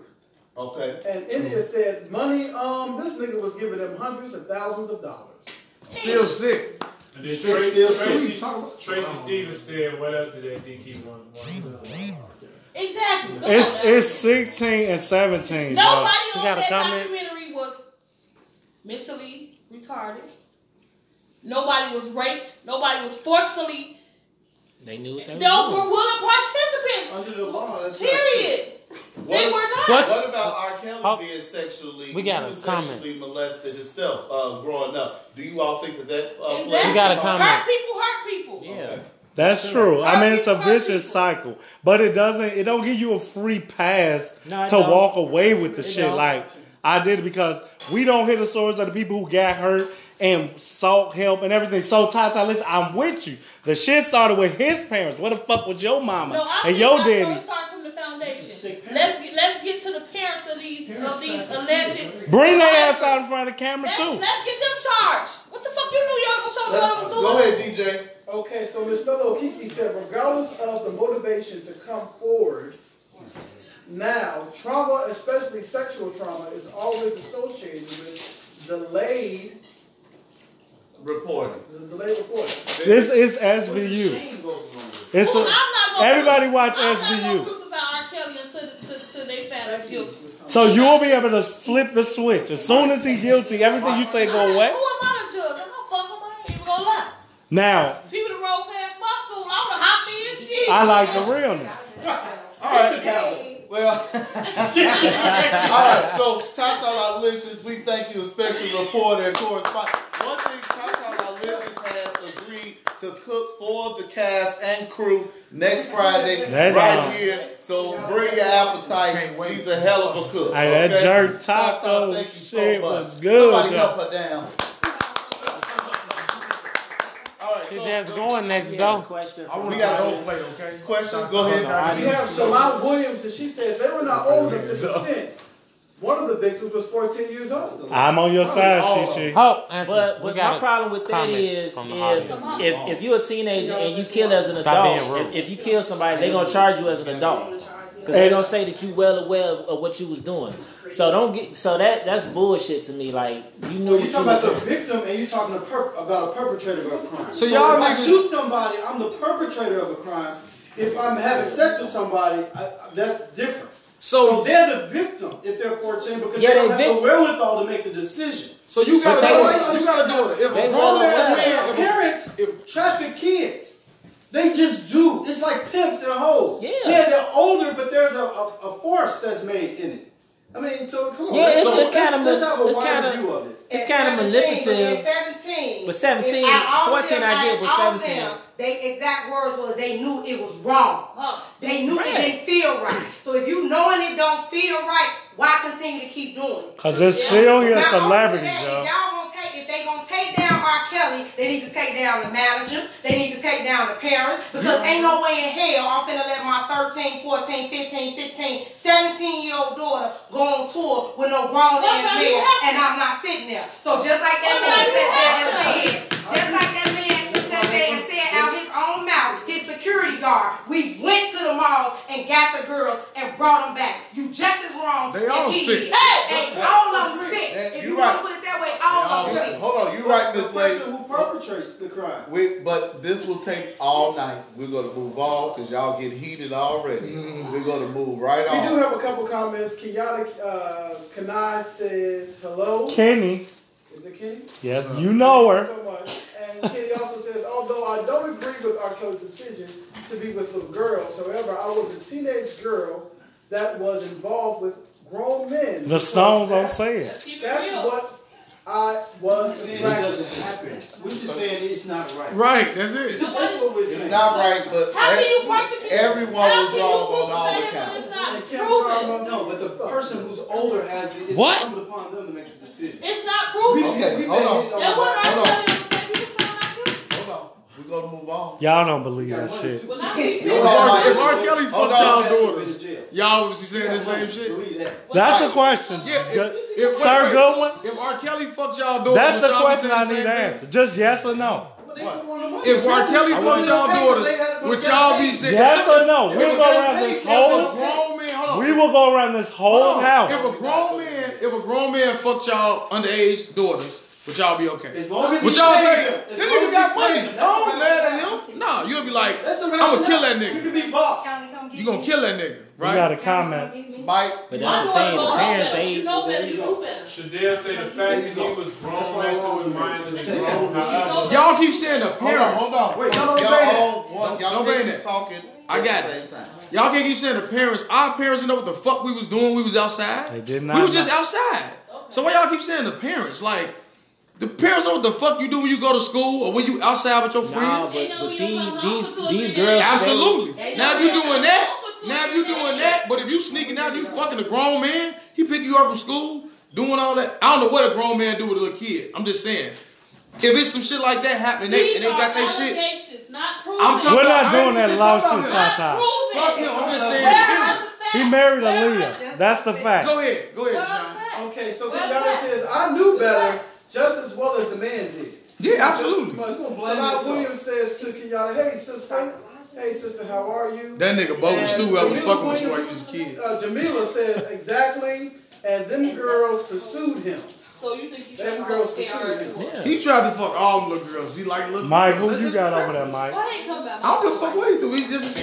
Speaker 1: Okay.
Speaker 4: And India
Speaker 1: Mm.
Speaker 4: said, money, um, this nigga was giving them hundreds of thousands of dollars.
Speaker 3: Still sick.
Speaker 8: And then
Speaker 1: Still-
Speaker 8: Tracy,
Speaker 1: still-
Speaker 8: Tracy,
Speaker 1: still-
Speaker 8: Tracy Stevens said, "What else did they think he wanted?"
Speaker 9: Exactly. Come
Speaker 6: It's
Speaker 9: on now.
Speaker 6: it's 16 and 17. bro.
Speaker 9: Nobody
Speaker 6: You
Speaker 9: on
Speaker 6: got a
Speaker 9: that
Speaker 6: comment?
Speaker 9: documentary was mentally retarded. Nobody was raped. Nobody was forcefully.
Speaker 5: they knew what they
Speaker 9: Those
Speaker 5: were doing.
Speaker 9: were willing participants.
Speaker 1: Under the law, Oh, that's not true.
Speaker 9: Period. They were not.
Speaker 7: What?
Speaker 1: What about R. Kelly
Speaker 7: How-
Speaker 1: being sexually?
Speaker 2: We got
Speaker 1: he
Speaker 2: a
Speaker 1: was
Speaker 2: comment.
Speaker 1: Sexually molested himself uh, growing up. Do you all think that that? Uh,
Speaker 9: Exactly.
Speaker 1: played
Speaker 2: We got a
Speaker 1: a
Speaker 2: comment.
Speaker 9: Hurt people hurt people.
Speaker 5: Yeah.
Speaker 6: That's true. I mean, it's a
Speaker 9: Hurt people, hurt
Speaker 6: vicious
Speaker 9: people.
Speaker 6: cycle, but it doesn't. It don't give you a free pass
Speaker 5: No, it
Speaker 6: to
Speaker 5: don't.
Speaker 6: walk away with the
Speaker 5: It
Speaker 6: shit
Speaker 5: don't.
Speaker 6: like I did because we don't hear the stories of the people who got hurt and sought help and everything. So, Tata, listen, I'm with you. The shit started with his parents. What the fuck was your mama
Speaker 9: No, I
Speaker 6: and
Speaker 9: think
Speaker 6: your
Speaker 9: our
Speaker 6: daddy?
Speaker 9: story starts from the foundation. Let's get, let's get to the parents of these of these alleged.
Speaker 6: Bring their ass out in front of the camera
Speaker 9: Let's,
Speaker 6: too.
Speaker 9: let's get them charged. What the fuck you knew y'all what your daughter was doing?
Speaker 1: Go ahead, DJ.
Speaker 4: Okay, so Miss Fellow Kiki said, regardless of the motivation to come forward, now trauma, especially sexual trauma, is always associated with delayed,
Speaker 1: Reporting.
Speaker 4: delayed reporting.
Speaker 6: This is SVU. It's
Speaker 9: Well, I'm
Speaker 6: a,
Speaker 9: not gonna-
Speaker 6: everybody watch
Speaker 9: I'm not gonna
Speaker 6: SVU.
Speaker 9: crucify R. Kelly until, until, until they found him guilty.
Speaker 6: so you will be able to flip the switch as soon as he guilty. Everything you say
Speaker 9: I
Speaker 6: go
Speaker 9: mean,
Speaker 6: away.
Speaker 9: Who am I to judge? I'm not fucking my ain't even gonna lie.
Speaker 6: Now
Speaker 9: If he would've rolled past my school, I would've hopped in and shit.
Speaker 6: I like the realness.
Speaker 1: All right. Well, all right. So, Tata Lalicious, we thank you, especially reporter and correspondent. One thing Tata Lalicious has agreed to cook for the cast and crew next Friday
Speaker 6: That
Speaker 1: right
Speaker 6: down.
Speaker 1: here. So bring your appetite. She's a hell of a cook.
Speaker 6: Hey, that
Speaker 1: okay?
Speaker 6: jerk
Speaker 1: Tata,
Speaker 6: taco
Speaker 1: thank you so
Speaker 6: shit
Speaker 1: much.
Speaker 6: was good,
Speaker 1: Somebody
Speaker 6: y'all.
Speaker 1: help her down. All right.
Speaker 7: His
Speaker 1: so-
Speaker 7: ass going next
Speaker 5: We had a
Speaker 7: though.
Speaker 5: question
Speaker 3: I
Speaker 5: from
Speaker 3: want
Speaker 1: We
Speaker 3: to
Speaker 1: got
Speaker 3: got
Speaker 1: a
Speaker 3: a
Speaker 1: whole
Speaker 3: whole plate, okay?
Speaker 1: Question, go ahead.
Speaker 4: We have Shalot Williams, and she said they were not old enough to consent. One of the victims was 14 years old.
Speaker 6: I'm on your side, Shishi.
Speaker 7: Oh, Anthony,
Speaker 5: But
Speaker 7: we
Speaker 5: but
Speaker 7: got
Speaker 5: my
Speaker 7: a
Speaker 5: problem with that
Speaker 7: comment
Speaker 5: is
Speaker 7: from the
Speaker 5: if,
Speaker 7: audience.
Speaker 5: if if you're a teenager and you kill as an
Speaker 7: Stop being
Speaker 5: adult,
Speaker 7: rude.
Speaker 5: if, if you kill somebody, they're gonna charge you as an adult because they're gonna say that you well aware of, of what you was doing. So don't get so that that's bullshit to me. Like you knew
Speaker 10: Well, you
Speaker 5: what you
Speaker 10: talking about
Speaker 5: was
Speaker 10: the
Speaker 5: doing.
Speaker 10: victim and you talking to per- about a perpetrator of a crime.
Speaker 11: So y'all
Speaker 10: if I
Speaker 11: niggas-
Speaker 10: shoot somebody, I'm the perpetrator of a crime. If I'm having sex with somebody, I, I- that's different. So
Speaker 11: So
Speaker 10: they're the victim if they're 14 because
Speaker 5: Yeah,
Speaker 10: they don't
Speaker 5: they
Speaker 10: have the
Speaker 5: vic-
Speaker 10: wherewithal to make the decision.
Speaker 11: so you gotta
Speaker 5: But they-
Speaker 11: do it. You gotta do it. If
Speaker 5: they
Speaker 11: a grown ass
Speaker 5: well
Speaker 11: man, if a,
Speaker 10: Parents, parents if traffic kids. They just do. It's like pimps and hoes.
Speaker 5: Yeah.
Speaker 10: they're older, but there's a, a, a force that's made in it. I mean, so come on.
Speaker 5: Yeah, it's-
Speaker 10: let's,
Speaker 5: it's
Speaker 10: let's-
Speaker 5: kinda
Speaker 10: let's have a
Speaker 5: it's
Speaker 10: wide
Speaker 5: kinda-
Speaker 10: view of it.
Speaker 5: It's kind of manipulative.
Speaker 12: Seventeen.
Speaker 5: But 17,
Speaker 12: If all
Speaker 5: 14 I get, but
Speaker 12: all of
Speaker 5: 17.
Speaker 12: Them, they exact words was they knew it was wrong.
Speaker 9: Huh.
Speaker 12: They knew it didn't feel right. So if you knowing it don't feel right, why continue to keep doing it?
Speaker 6: Cause it's still your
Speaker 12: Not only
Speaker 6: celebrity,
Speaker 12: that,
Speaker 6: yo.
Speaker 12: If y'all gonna take, if they gonna take down R. Kelly, they need to take down the manager. They need to take down the parents because ain't no way in hell I'm finna let my 13, 14, 15, 16, 17 year old daughter go on tour with no grown
Speaker 9: Well,
Speaker 12: ass
Speaker 9: now you
Speaker 12: man
Speaker 9: have to.
Speaker 12: and I'm not sitting there. So just like that
Speaker 9: Well, now you
Speaker 12: man
Speaker 9: have to.
Speaker 12: sat there and said, just like that man sat there and said out his own mouth, his security guard, we went to the mall and got the girls and brought them back. You just as wrong.
Speaker 3: They
Speaker 12: as
Speaker 3: all
Speaker 12: he
Speaker 3: sick.
Speaker 12: is. Hey, they all of them sick.
Speaker 1: That-
Speaker 12: If
Speaker 1: you
Speaker 12: you
Speaker 1: right.
Speaker 12: want to put it that way, all of them sick.
Speaker 1: Hold on, you right,
Speaker 10: The
Speaker 1: Miss Lady.
Speaker 10: person who perpetrates the crime.
Speaker 1: We, but this will take all night. We're gonna move on because y'all get heated already. We're gonna move right
Speaker 4: We do
Speaker 1: on.
Speaker 4: have a couple comments. Kiana uh, Kanai says hello.
Speaker 6: Kenny,
Speaker 4: Is it Kenny?
Speaker 6: yes, you know
Speaker 4: Thank
Speaker 6: her.
Speaker 4: you so much. And Kenny also says, although I don't agree with R. Kelly's decision to be with little girls, however, I was a teenage girl that was involved with grown men.
Speaker 6: The stones on
Speaker 4: That's-
Speaker 6: sale.
Speaker 9: Let's keep it
Speaker 4: That's
Speaker 9: real.
Speaker 4: what I was
Speaker 10: saying it
Speaker 4: attracted
Speaker 10: doesn't
Speaker 4: to.
Speaker 10: happen. We're just saying it's not right.
Speaker 3: Right, that's it.
Speaker 10: That's what we're saying.
Speaker 1: It's not right, but
Speaker 9: How can you
Speaker 1: ev-
Speaker 9: persecute?
Speaker 1: everyone
Speaker 9: how
Speaker 1: was
Speaker 9: can you
Speaker 1: wrong on
Speaker 9: put
Speaker 1: all
Speaker 9: somebody
Speaker 1: accounts.
Speaker 9: on the side?
Speaker 10: You can't
Speaker 9: Prove it.
Speaker 10: put our- No, but the person who's older has it. It's
Speaker 7: What?
Speaker 10: incumbent upon them to make the decision.
Speaker 9: It's not
Speaker 10: We-
Speaker 9: proven.
Speaker 10: we-
Speaker 1: Okay,
Speaker 10: we
Speaker 1: hold
Speaker 10: may
Speaker 1: on.
Speaker 10: hit
Speaker 9: That
Speaker 10: that.
Speaker 9: wasn't
Speaker 1: Hold
Speaker 9: our
Speaker 1: on.
Speaker 9: felony. We just found out guilty.
Speaker 1: Hold on, we're gonna move on.
Speaker 6: Y'all don't believe that shit.
Speaker 9: Well, I keep
Speaker 1: Hold
Speaker 3: If
Speaker 1: on,
Speaker 3: R.
Speaker 1: Mike.
Speaker 3: if R. Kelly
Speaker 1: Hold
Speaker 3: fucked
Speaker 1: on.
Speaker 3: y'all
Speaker 10: That's what
Speaker 3: daughters,
Speaker 10: was jail.
Speaker 3: y'all obviously saying the same shit.
Speaker 10: Believe that.
Speaker 6: That's the question.
Speaker 3: Yeah, if, if,
Speaker 6: Sir
Speaker 3: wait, wait.
Speaker 6: Goodwin,
Speaker 3: If R. Kelly fucked y'all daughters,
Speaker 6: that's the
Speaker 3: y'all be
Speaker 6: question I
Speaker 3: saying the
Speaker 6: need
Speaker 3: same
Speaker 6: to
Speaker 3: thing?
Speaker 6: answer. Just yes or no.
Speaker 3: If R. Kelly fucked y'all daughters, would y'all be saying
Speaker 6: Yes or no.
Speaker 3: If
Speaker 6: We'll
Speaker 3: a-
Speaker 6: go around this
Speaker 3: If a
Speaker 6: whole.
Speaker 3: grown man, hold on.
Speaker 6: We will go around this
Speaker 3: Hold
Speaker 6: whole
Speaker 3: on.
Speaker 6: house.
Speaker 3: If a grown man, if a grown man fucked y'all underage daughters, would y'all be okay?
Speaker 10: As long as
Speaker 3: Would
Speaker 10: he
Speaker 3: y'all
Speaker 10: paid
Speaker 3: say
Speaker 10: them,
Speaker 3: that
Speaker 10: as long
Speaker 3: nigga
Speaker 10: as
Speaker 3: got
Speaker 10: he paid
Speaker 3: money?
Speaker 10: them, that's
Speaker 3: Don't
Speaker 10: the
Speaker 3: mad
Speaker 10: rationale.
Speaker 3: at him. Nah, you'll be like,
Speaker 10: That's the
Speaker 3: I'ma
Speaker 10: rationale.
Speaker 3: kill that
Speaker 10: You
Speaker 3: nigga.
Speaker 10: could be bought.
Speaker 12: County, come get
Speaker 3: you gonna
Speaker 12: me.
Speaker 3: kill that nigga,
Speaker 6: We got
Speaker 3: right?
Speaker 6: a
Speaker 1: Mike,
Speaker 5: But
Speaker 6: comment.
Speaker 9: My
Speaker 5: that's the
Speaker 9: daughter
Speaker 5: thing. The
Speaker 9: knows
Speaker 5: parents
Speaker 9: better. You
Speaker 5: they
Speaker 9: know better. You do better.
Speaker 8: Shadell said the fact that he was grown messing with minors is wrong. However,
Speaker 3: Y'all keep saying the
Speaker 1: hold on,
Speaker 3: parents.
Speaker 1: hold on.
Speaker 3: Wait, y'all don't
Speaker 1: y'all
Speaker 3: obey that.
Speaker 1: all want- y'all
Speaker 3: Don't
Speaker 1: can't
Speaker 3: obey
Speaker 1: keep
Speaker 3: that.
Speaker 1: talking.
Speaker 3: I
Speaker 1: at
Speaker 3: got
Speaker 1: the
Speaker 3: it.
Speaker 1: same time.
Speaker 3: Y'all can't keep saying the parents. Our parents didn't know what the fuck we was doing. We was outside.
Speaker 6: They did not
Speaker 3: We was just
Speaker 6: know.
Speaker 3: outside. So why y'all keep saying the parents? Like the parents know what the fuck you do when you go to school or when you outside with your
Speaker 5: nah,
Speaker 3: friends.
Speaker 5: but, but these these these girls
Speaker 3: Absolutely.
Speaker 9: They-
Speaker 3: now if you doing that, now if you doing that, but if you sneaking out, you fucking a grown man. He pick you up from school, doing all that. I don't know what a grown man do with a little kid. I'm just saying. If it's some shit like that happening, they, and they got their shit.
Speaker 9: shit. Not proven.
Speaker 3: I'm talking
Speaker 6: We're
Speaker 3: about-
Speaker 6: not
Speaker 3: I ain't
Speaker 6: doing that
Speaker 3: just talking
Speaker 6: lawsuit,
Speaker 3: about-
Speaker 9: Not
Speaker 6: Tata.
Speaker 9: proven.
Speaker 3: Fuck him. I'm just saying.
Speaker 9: Where are the facts?
Speaker 6: He married
Speaker 9: Where are the
Speaker 6: Aaliyah. That's the fact.
Speaker 3: Go ahead, go
Speaker 9: Where are
Speaker 3: ahead,
Speaker 9: the
Speaker 3: Sean.
Speaker 9: facts?
Speaker 4: Okay, so
Speaker 9: Well,
Speaker 4: Kiana
Speaker 9: that's-
Speaker 4: says, I knew better just as well as the man did.
Speaker 3: Yeah, absolutely.
Speaker 4: Sanaa Williams says to Kiana, hey sister, hey sister, how are you?
Speaker 3: That nigga bogus
Speaker 4: And
Speaker 3: too. I was
Speaker 4: Jamila
Speaker 3: fucking with you while you
Speaker 4: Williams-
Speaker 3: was a kid.
Speaker 4: Uh, Jamila says exactly, and them girls pursued him.
Speaker 9: So you think you
Speaker 4: Them
Speaker 9: should
Speaker 4: girls
Speaker 9: go
Speaker 4: pursued
Speaker 9: KRS?
Speaker 4: him.
Speaker 5: yeah.
Speaker 3: He tried to fuck all them little girls. He like little.
Speaker 6: Mike, who
Speaker 3: That's
Speaker 6: you
Speaker 3: his
Speaker 6: got over
Speaker 3: preference.
Speaker 6: there, Mike?
Speaker 9: Why they come back?
Speaker 3: I don't give a fuck what he do. He just.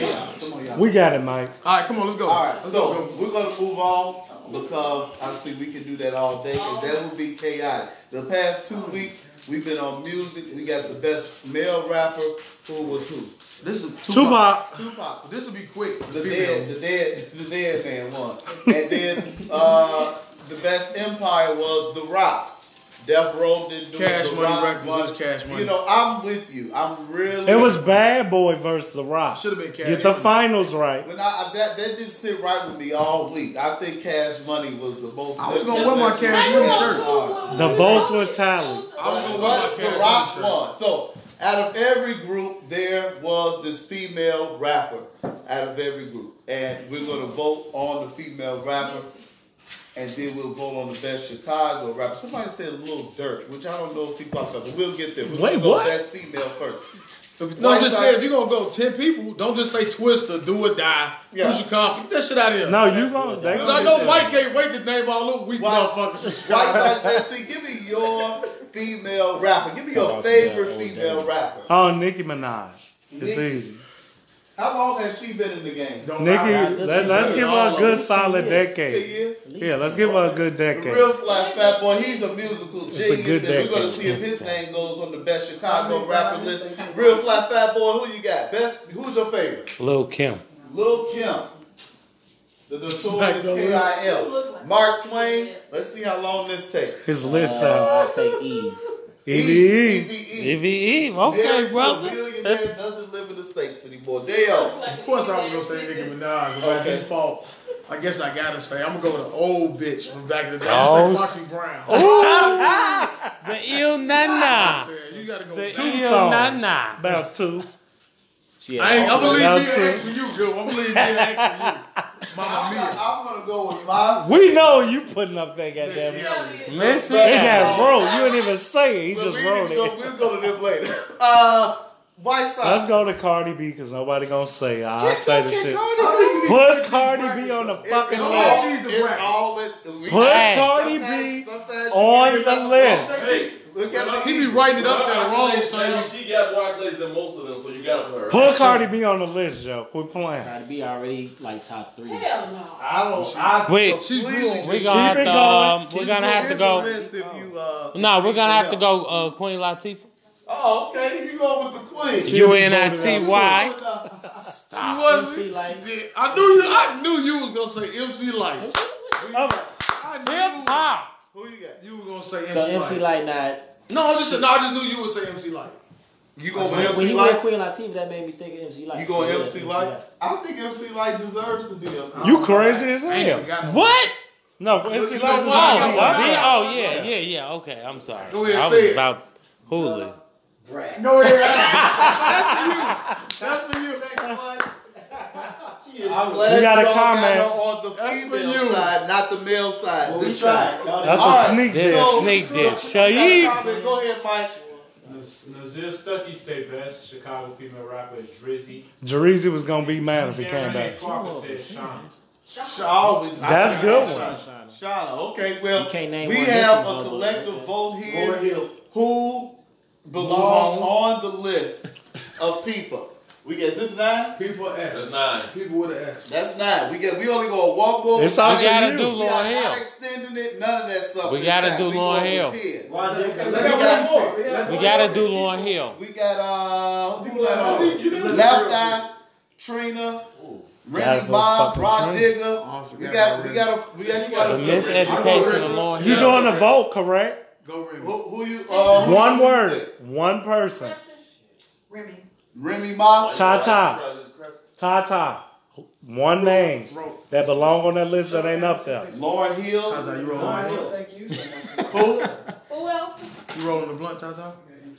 Speaker 6: We got it, Mike.
Speaker 3: All right, come on, let's go.
Speaker 1: All right,
Speaker 3: let's go.
Speaker 1: so we're gonna move on because I see we can do that all day, and that will be chaotic. The past two weeks, we've been on music. We got the best male rapper who was who?
Speaker 3: This is
Speaker 6: Tupac.
Speaker 1: Tupac.
Speaker 3: This will be quick.
Speaker 1: The dead, the dead, the dead man won. And then uh, the best empire was The Rock. Death Row didn't do it,
Speaker 3: Cash
Speaker 1: The
Speaker 3: Money
Speaker 1: Rock
Speaker 3: Records, it
Speaker 1: won.
Speaker 3: was Cash Money.
Speaker 1: You know, I'm with you. I'm really.
Speaker 6: It was Bad Boy versus The Rock.
Speaker 3: Should've been Cash
Speaker 6: Get the
Speaker 3: Money.
Speaker 6: finals right.
Speaker 1: When I, I that, that didn't sit right with me all week. I think Cash Money was the most.
Speaker 3: I was gonna wear my Cash
Speaker 9: Why you
Speaker 3: Money
Speaker 9: gonna
Speaker 3: shirt.
Speaker 9: choose what
Speaker 6: The
Speaker 9: we
Speaker 6: votes
Speaker 9: voted?
Speaker 6: were tallied.
Speaker 3: I was gonna wear my
Speaker 1: But
Speaker 3: Cash
Speaker 1: the
Speaker 3: Money
Speaker 1: Rock
Speaker 3: shirt.
Speaker 1: won. So out of every group, there was this female rapper. Out of every group, and we're gonna vote on the female rapper. and then we'll vote on the best Chicago rapper. Somebody said Lil Durk, which I don't know if he popped up, but we'll get there. We'll
Speaker 3: Wait,
Speaker 1: go
Speaker 3: what?
Speaker 1: Best female first.
Speaker 3: No, I'm just
Speaker 1: Whiteside-
Speaker 3: saying, if you're gonna go ten people, don't just say Twister, Do or Die,
Speaker 1: Yeah.
Speaker 3: Who's Your Conflict. Get that shit out of here.
Speaker 6: No, you gonna. they
Speaker 3: Because
Speaker 6: gonna
Speaker 3: I know
Speaker 6: get
Speaker 3: Mike can't wait to name all them weak motherfuckers.
Speaker 1: White Sox Tennessee, give me your female rapper. Give me your favorite female rapper.
Speaker 6: that. Oh, Nicki Minaj. It's
Speaker 1: Nicki-
Speaker 6: easy.
Speaker 1: How long has she been in the game?
Speaker 6: Nikki, let, us give her a good solid
Speaker 1: Two
Speaker 6: decade.
Speaker 1: years?
Speaker 6: Yeah, let's give her a good
Speaker 1: The
Speaker 6: decade.
Speaker 1: real fly fat boy, he's a musical
Speaker 6: It's
Speaker 1: genius,
Speaker 6: a good
Speaker 1: and we're gonna
Speaker 6: decade.
Speaker 1: see if his name goes on the best Chicago rapper list. Real fly fat boy, who you got? Best, who's your favorite?
Speaker 2: Lil Kim.
Speaker 1: Lil Kim, the notorious K.I.L. Mark Twain. Let's see how long this E takes.
Speaker 6: His lips
Speaker 5: I'll take Eve.
Speaker 6: out. Eve.
Speaker 2: Eve.
Speaker 1: Married
Speaker 2: Okay,
Speaker 1: to
Speaker 2: brother.
Speaker 1: A billionaire doesn't live in the states anymore. Dale.
Speaker 3: Of course, I was gonna say Nicki Minaj, but by
Speaker 1: Okay.
Speaker 3: default, I guess I gotta say I'm gonna go with an old bitch from back in the day.
Speaker 2: Oh,
Speaker 3: Oh, say Foxy Brown.
Speaker 2: The Il Nana.
Speaker 3: you gotta go.
Speaker 2: The
Speaker 3: with
Speaker 2: Il
Speaker 3: that.
Speaker 2: Nana.
Speaker 6: About two.
Speaker 5: She
Speaker 3: I ain't, I believe
Speaker 6: About
Speaker 3: me
Speaker 6: two.
Speaker 3: asked for you, girl. I believe me asked for you. Mama
Speaker 1: I'm,
Speaker 3: mia.
Speaker 1: gonna- I'm gonna go with my.
Speaker 6: We know you putting up that goddamn.
Speaker 3: Missy
Speaker 6: They
Speaker 3: Elliott.
Speaker 2: Listen.
Speaker 6: got rolled. You didn't even say it. He
Speaker 1: But
Speaker 6: just
Speaker 1: we
Speaker 6: rolled
Speaker 1: need to
Speaker 6: it.
Speaker 1: go, we'll go to them later. Uh, White Sox.
Speaker 6: Let's go to Cardi B because nobody gonna say it. I'll
Speaker 3: Yes,
Speaker 6: say the
Speaker 3: okay,
Speaker 6: shit.
Speaker 3: Cardi B.
Speaker 6: Put Cardi B on the
Speaker 1: It's
Speaker 6: fucking
Speaker 1: all-
Speaker 6: list.
Speaker 3: list.
Speaker 1: It's all in, we-
Speaker 6: Put
Speaker 1: Hey,
Speaker 6: Cardi
Speaker 1: sometimes-
Speaker 6: B
Speaker 1: sometimes
Speaker 3: Oh.
Speaker 1: you
Speaker 6: on
Speaker 1: get it
Speaker 6: the
Speaker 1: up
Speaker 6: list.
Speaker 1: wrong. Look at the E
Speaker 3: He be writing it up there wrong, so they
Speaker 11: Now
Speaker 3: be-
Speaker 11: she got more accolades than most of them, so you got her.
Speaker 6: Put Cardi B on the list, Joe. Quit playing.
Speaker 5: Cardi B already like top three.
Speaker 9: Hell no.
Speaker 1: I don't. I
Speaker 2: Wait,
Speaker 3: She's ruined.
Speaker 2: We're gonna have
Speaker 6: Keep it
Speaker 2: to.
Speaker 6: going.
Speaker 2: Um, we're gonna have to go.
Speaker 1: If you, uh,
Speaker 2: No, we're gonna have to
Speaker 1: help.
Speaker 2: go. Uh, Queen Latifah.
Speaker 1: Oh, okay. You going with the queen?
Speaker 2: U N I T Y.
Speaker 3: She wasn't.
Speaker 5: MC Lyte.
Speaker 3: She did. I knew you. I knew you was gonna say MC Light.
Speaker 6: Oh,
Speaker 3: I knew
Speaker 1: Who you got?
Speaker 3: you were gonna say MC,
Speaker 5: So MC Light
Speaker 3: Light.
Speaker 5: not.
Speaker 3: No, I'm just saying. No, I just knew you would say MC Light.
Speaker 1: You going with
Speaker 5: When, when
Speaker 1: MC
Speaker 5: he went
Speaker 1: Light?
Speaker 5: Queen Latifah, that made me think of MC Light.
Speaker 1: You going
Speaker 5: So, yeah,
Speaker 1: MC Light? I think MC Light deserves to be up.
Speaker 6: you crazy as hell.
Speaker 3: Got
Speaker 2: What?
Speaker 6: No, it's
Speaker 3: You
Speaker 6: like
Speaker 3: know
Speaker 2: Oh,
Speaker 3: why?
Speaker 6: Light.
Speaker 2: yeah, oh yeah, yeah, yeah. Okay, I'm sorry.
Speaker 3: Go ahead,
Speaker 2: I
Speaker 3: say
Speaker 2: was
Speaker 3: it.
Speaker 2: about Hulu.
Speaker 1: Go ahead. That's for you. That's for you. I'm glad
Speaker 6: We got a
Speaker 1: y'all
Speaker 6: comment.
Speaker 1: got her on the
Speaker 3: That's for
Speaker 1: female
Speaker 3: you.
Speaker 1: side, not the male side.
Speaker 10: Well, we
Speaker 1: this
Speaker 10: tried. Y'all
Speaker 1: time.
Speaker 10: didn't-
Speaker 6: That's
Speaker 1: All
Speaker 6: a
Speaker 1: right.
Speaker 6: sneak
Speaker 2: This
Speaker 6: dish.
Speaker 1: So-
Speaker 2: sneak dish.
Speaker 1: You got a
Speaker 2: Shaib.
Speaker 1: comment. Go ahead, Mike.
Speaker 8: Nazir Stuckey said best Chicago female rapper is Drizzy.
Speaker 6: Jerezy was gonna be mad if he came
Speaker 8: Karen
Speaker 6: back.
Speaker 8: Ann Clarke said Shawn.
Speaker 1: Shaw,
Speaker 6: That's a good one.
Speaker 1: Shauna. Okay, well,
Speaker 5: You can't name
Speaker 1: we
Speaker 5: one
Speaker 1: have
Speaker 5: different,
Speaker 1: a
Speaker 5: but-
Speaker 1: collective vote
Speaker 10: Lauren
Speaker 1: here
Speaker 10: Hill.
Speaker 1: who belongs on the list of people. We get this nine.
Speaker 3: People
Speaker 11: That's
Speaker 3: asked.
Speaker 11: nine.
Speaker 3: People would have asked.
Speaker 1: That's nine. We get. We only gonna walk over.
Speaker 6: It's all
Speaker 2: We
Speaker 6: you.
Speaker 2: gotta do
Speaker 1: We are
Speaker 2: Lauren
Speaker 1: not
Speaker 2: Hill.
Speaker 1: extending it. None of that stuff.
Speaker 2: We
Speaker 1: this
Speaker 2: gotta
Speaker 1: time.
Speaker 2: do
Speaker 1: We
Speaker 2: Lauryn
Speaker 1: going with
Speaker 2: Hill.
Speaker 1: 10.
Speaker 10: Why did
Speaker 1: We got more.
Speaker 2: We gotta do Lauren Hill.
Speaker 1: We got uh, who left?
Speaker 8: You didn't-
Speaker 1: Left Eye, Trina,
Speaker 6: Gotta
Speaker 1: Remy
Speaker 6: go
Speaker 1: Bob,
Speaker 6: fucking
Speaker 1: Rod
Speaker 6: Trina.
Speaker 1: Digger.
Speaker 3: I forgot
Speaker 1: We got, we
Speaker 3: about
Speaker 1: got, we got, we
Speaker 2: The
Speaker 1: got.
Speaker 2: miseducation of Lauren
Speaker 6: You
Speaker 2: Hill.
Speaker 6: doing the vote, correct?
Speaker 3: Go Remy.
Speaker 1: Who, who you? Uh, who
Speaker 6: One
Speaker 1: you
Speaker 6: word,
Speaker 1: pick?
Speaker 6: one person.
Speaker 12: Remy.
Speaker 1: Remy Ma.
Speaker 6: Ta ta, ta ta. One name that belong on that list that ain't up there.
Speaker 1: Lauren Hill.
Speaker 3: Tata, you rolling
Speaker 10: Lauren
Speaker 3: the
Speaker 10: Hill,
Speaker 3: blunt.
Speaker 10: thank you.
Speaker 1: Who?
Speaker 9: Who else?
Speaker 3: You rolling the blunt, Tata?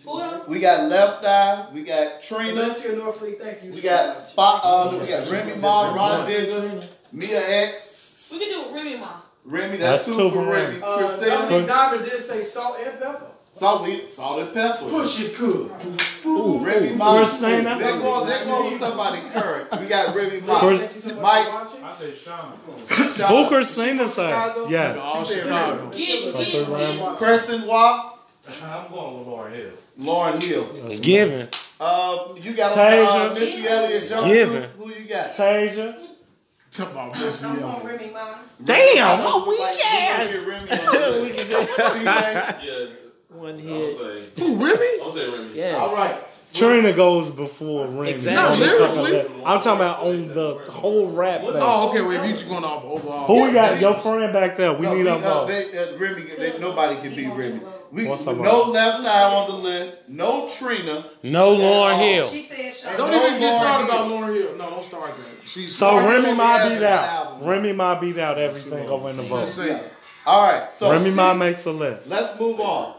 Speaker 9: Who else?
Speaker 1: We got Left Eye. We got Trina.
Speaker 10: Valencia Norfleet, thank you.
Speaker 1: We
Speaker 10: so
Speaker 1: got
Speaker 10: much.
Speaker 1: Fa- uh, we got Remy Ma, Rod Digger, Mia X,
Speaker 9: We can do Remy Ma.
Speaker 1: Remy. That's, two for Remy.
Speaker 4: Uh,
Speaker 1: Christina.
Speaker 4: Dominique Diamond did say salt and pepper.
Speaker 1: Salt, we, salt and pepper.
Speaker 10: Push it good.
Speaker 1: Remy Ma. They're
Speaker 6: Christina.
Speaker 1: going, they're going with somebody current. We got Remy Ma.
Speaker 6: Chris-
Speaker 4: Thank you so much
Speaker 1: Mike.
Speaker 4: for watching.
Speaker 8: I said Shawn.
Speaker 1: Shout out.
Speaker 6: Booker Cena said yes.
Speaker 3: All
Speaker 1: She said
Speaker 3: Chicago.
Speaker 9: Get, get,
Speaker 6: three rounds.
Speaker 9: get.
Speaker 1: Kristen Waugh,
Speaker 11: I'm going with Lauren Hill.
Speaker 1: Lauren Hill.
Speaker 2: It's given.
Speaker 1: Uh, you got
Speaker 6: Tasia.
Speaker 1: uh, Missy Elliott Jones.
Speaker 2: Given.
Speaker 1: Who you got?
Speaker 6: Tasia.
Speaker 3: Talk about Missy
Speaker 12: I'm
Speaker 3: Elliott.
Speaker 12: on Remy, mom.
Speaker 2: Damn,
Speaker 1: Oh,
Speaker 2: what weak ass.
Speaker 1: we can.
Speaker 11: Yeah,
Speaker 5: One
Speaker 11: I'm gonna
Speaker 5: hit.
Speaker 11: say,
Speaker 3: Who Remy?
Speaker 11: I'm gonna say Remy.
Speaker 5: Yes.
Speaker 1: All right.
Speaker 6: Trina goes before Remy.
Speaker 5: Exactly.
Speaker 6: on this fucking
Speaker 3: Lyrically.
Speaker 6: list. I'm talking about on the whole rap thing.
Speaker 3: Oh, okay. Well, if you just going off overall,
Speaker 6: Who we got? Your friend back there. We
Speaker 1: No,
Speaker 6: need a
Speaker 1: uh,
Speaker 6: vote.
Speaker 1: they, uh, Remy, they, nobody can beat Remy. We,
Speaker 6: What's
Speaker 1: no
Speaker 6: up, Remy?
Speaker 1: left eye on the list. No Trina.
Speaker 2: No Lauren Hill.
Speaker 12: She said Shawn.
Speaker 3: Don't
Speaker 1: No
Speaker 3: even get
Speaker 1: Lauryn
Speaker 3: started
Speaker 1: Hill.
Speaker 3: about Lauren Hill. No, don't start that. She's
Speaker 6: So
Speaker 1: Lauren
Speaker 6: Remy
Speaker 1: Hill
Speaker 6: Ma
Speaker 1: has
Speaker 6: beat
Speaker 1: that
Speaker 6: out.
Speaker 1: album.
Speaker 6: Remy Ma beat out everything over in the
Speaker 3: Let's
Speaker 6: vote.
Speaker 3: see.
Speaker 1: All right. So
Speaker 6: Remy Ma
Speaker 1: Mama.
Speaker 6: makes the list.
Speaker 1: Let's move on.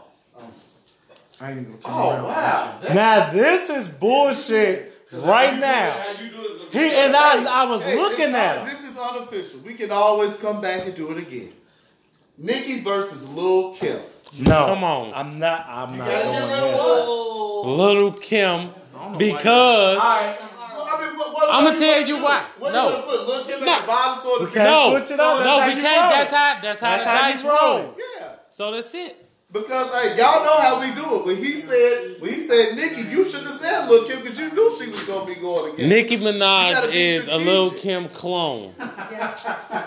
Speaker 3: I ain't even gonna turn
Speaker 1: Oh
Speaker 3: around.
Speaker 1: wow. That-
Speaker 6: Now this is bullshit right now.
Speaker 11: How you do this?
Speaker 6: He and I, I was
Speaker 1: Hey,
Speaker 6: looking
Speaker 1: this-
Speaker 6: at him.
Speaker 1: This is unofficial. We can always come back and do it again. Nikki versus Lil Kim.
Speaker 6: No,
Speaker 1: Come
Speaker 2: on.
Speaker 6: I'm not. I'm not
Speaker 1: gotta get
Speaker 6: going
Speaker 1: rid of
Speaker 6: there.
Speaker 2: Little Kim, because I'ma tell you why.
Speaker 1: What
Speaker 2: No.
Speaker 1: you gonna put Lil Kim at the bottom so the
Speaker 2: no, no, we can't. That's how. That's how the dice roll.
Speaker 1: Yeah.
Speaker 2: So that's it.
Speaker 1: Because hey, y'all know how we do it. When he said, when he said, Nikki, you should have said Lil Kim because you knew she was gonna be going again.
Speaker 2: Nicki
Speaker 1: You gotta
Speaker 2: Minaj
Speaker 1: be
Speaker 2: is a Lil Kim clone.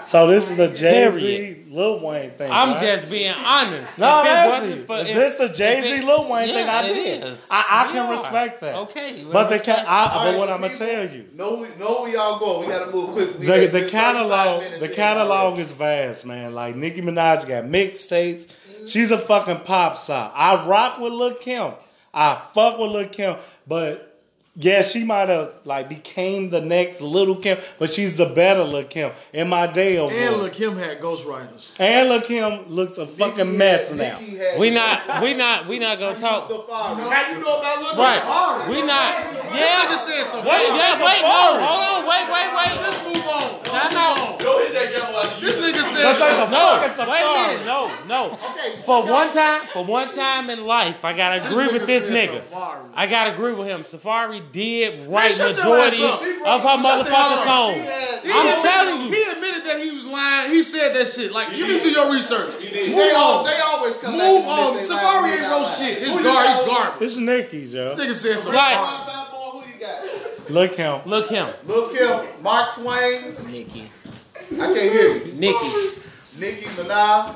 Speaker 6: So this is the Jay Z
Speaker 2: Period.
Speaker 6: Lil Wayne thing.
Speaker 2: I'm
Speaker 6: right?
Speaker 2: just being honest.
Speaker 6: No,
Speaker 2: If it
Speaker 6: actually,
Speaker 2: wasn't for-
Speaker 6: is
Speaker 2: if-
Speaker 6: this the Jay
Speaker 2: if
Speaker 6: Z
Speaker 2: it-
Speaker 6: Lil Wayne thing?
Speaker 2: Yeah,
Speaker 6: I
Speaker 2: it
Speaker 6: did.
Speaker 2: is.
Speaker 6: I, I
Speaker 2: We
Speaker 6: can
Speaker 2: are.
Speaker 6: respect that.
Speaker 2: Okay,
Speaker 6: but they can. I, but
Speaker 1: Alright,
Speaker 6: what I'm gonna
Speaker 1: people,
Speaker 6: tell you,
Speaker 1: Know we know where y'all going. We gotta move quick. We
Speaker 6: the,
Speaker 1: got
Speaker 6: the
Speaker 1: just
Speaker 6: catalog,
Speaker 1: 35 minutes
Speaker 6: the
Speaker 1: in.
Speaker 6: catalog is vast, man. Like Nicki Minaj got mixtapes. She's a fucking pop star. I rock with Lil Kim. I fuck with Lil Kim, but yeah, she might have like became the next Little Kim, but she's the better Lil Kim in my day of
Speaker 3: And Lil
Speaker 6: voice.
Speaker 3: Kim had ghostwriters.
Speaker 6: And Lil Kim looks a fucking mess now.
Speaker 2: We not. We not. We not gonna talk.
Speaker 3: How you know about Lil
Speaker 2: Right. We not.
Speaker 3: Yeah, I
Speaker 2: Yeah.
Speaker 3: just said something.
Speaker 2: Wait.
Speaker 3: That's
Speaker 2: Yeah.
Speaker 3: a
Speaker 2: Wait. No.
Speaker 3: foreign.
Speaker 2: Hold on. Wait. Wait. Wait. Let's
Speaker 3: move on.
Speaker 2: No. No.
Speaker 3: This nigga said
Speaker 2: That's like
Speaker 3: something.
Speaker 2: no. Wait a minute. No. No. For one time. For one time in life, I gotta agree with this
Speaker 3: said
Speaker 2: nigga. I gotta agree with him. Safari did write
Speaker 3: shut your
Speaker 2: majority
Speaker 3: ass
Speaker 2: of
Speaker 3: up. She
Speaker 2: her
Speaker 3: Shut the hell
Speaker 2: motherfucking
Speaker 3: up.
Speaker 2: song.
Speaker 3: She had- He
Speaker 2: I'm
Speaker 3: admitted-
Speaker 2: telling you.
Speaker 3: He admitted that he was lying. He said that shit. Like, you need to do your research. Move
Speaker 1: They all-
Speaker 3: on.
Speaker 1: they always come back
Speaker 3: Move
Speaker 1: and admit
Speaker 3: on.
Speaker 1: they
Speaker 3: Safari
Speaker 1: lying.
Speaker 3: ain't
Speaker 1: They
Speaker 3: no
Speaker 1: not
Speaker 3: shit.
Speaker 1: lying.
Speaker 3: His
Speaker 1: Who you
Speaker 3: guard,
Speaker 1: got?
Speaker 3: he garbage.
Speaker 6: It's Nicki's, yo.
Speaker 3: Nigga said something.
Speaker 2: Right.
Speaker 6: Look him.
Speaker 2: Look him.
Speaker 1: Lil Kim, Mark Twain.
Speaker 5: Nikki.
Speaker 1: I can't hear you.
Speaker 2: Nikki.
Speaker 1: Nicki Minaj.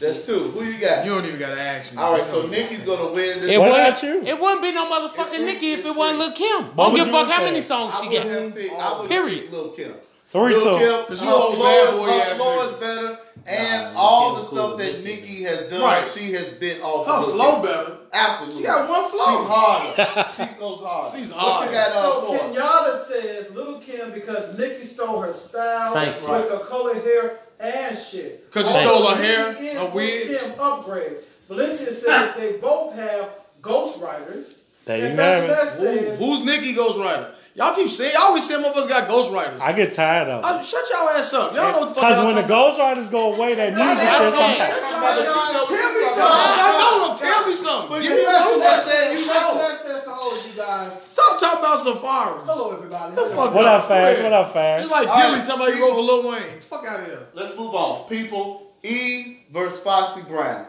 Speaker 1: That's two. Who you got?
Speaker 3: You don't even gotta ask me.
Speaker 1: All right, so Nicki's gonna win this.
Speaker 2: It
Speaker 1: round.
Speaker 2: wouldn't, it wouldn't be no motherfucking Nikki if it wasn't Lil Kim. Don't
Speaker 6: would
Speaker 2: give a
Speaker 6: you
Speaker 2: fuck how
Speaker 6: say?
Speaker 2: many songs
Speaker 1: I
Speaker 2: she
Speaker 1: would
Speaker 2: got.
Speaker 1: have picked. I would
Speaker 2: Period.
Speaker 1: pick Lil Kim.
Speaker 6: Three
Speaker 1: Lil
Speaker 6: two.
Speaker 1: Kim, her
Speaker 3: you old
Speaker 1: flow
Speaker 3: bad
Speaker 1: is-
Speaker 3: boy
Speaker 1: her
Speaker 3: ass
Speaker 1: flow is
Speaker 3: nigga.
Speaker 1: better, and all the stuff that Nicki has done,
Speaker 3: Right.
Speaker 1: she has been off.
Speaker 10: Her
Speaker 1: of Lil
Speaker 10: flow
Speaker 1: Kim.
Speaker 10: better.
Speaker 1: Absolutely.
Speaker 10: She got one flow.
Speaker 1: She's harder. she goes harder.
Speaker 3: She's
Speaker 1: What
Speaker 3: harder.
Speaker 1: you got
Speaker 4: So
Speaker 1: uh, for us?
Speaker 4: Kenyatta says Little Kim because Nicki stole her style
Speaker 2: Thank you.
Speaker 4: with her colored hair and shit.
Speaker 3: 'Cause she
Speaker 4: Although
Speaker 3: stole her hair,
Speaker 4: Nicki is
Speaker 3: her
Speaker 4: Lil'
Speaker 3: wig.
Speaker 4: Kim upgrade. Valencia says they both have ghostwriters.
Speaker 6: There
Speaker 4: And
Speaker 6: you have it.
Speaker 4: Fashion Nut
Speaker 3: Who-
Speaker 4: says
Speaker 3: who's Nikki Ghostwriter? Y'all keep saying, y'all always saying motherfuckers got ghostwriters.
Speaker 6: I get tired of it.
Speaker 3: I, shut y'all ass up. Y'all know what the fuck
Speaker 6: Cause
Speaker 3: y'all
Speaker 6: when the
Speaker 3: talking about.
Speaker 6: Ghostwriters go away, that
Speaker 2: that's
Speaker 6: music shit
Speaker 2: okay.
Speaker 6: comes.
Speaker 1: Talking about the shit that we
Speaker 3: Tell me
Speaker 1: talking
Speaker 3: something.
Speaker 1: about.
Speaker 3: I know them. Tell me something.
Speaker 1: But
Speaker 3: Give
Speaker 1: you
Speaker 3: me a
Speaker 1: know
Speaker 3: number.
Speaker 1: that said you
Speaker 4: Fashion
Speaker 1: know.
Speaker 4: Nut says to all of you guys.
Speaker 3: Stop talking about Safari.
Speaker 4: Hello everybody.
Speaker 3: The fuck
Speaker 6: What
Speaker 3: up,
Speaker 6: up, Fast? What up,
Speaker 3: It's
Speaker 6: Fast?
Speaker 3: like
Speaker 1: All right,
Speaker 3: Dilly talking about you go for Lil Wayne. Fuck out of here.
Speaker 1: Let's move on. People, Eve versus Foxy Brown.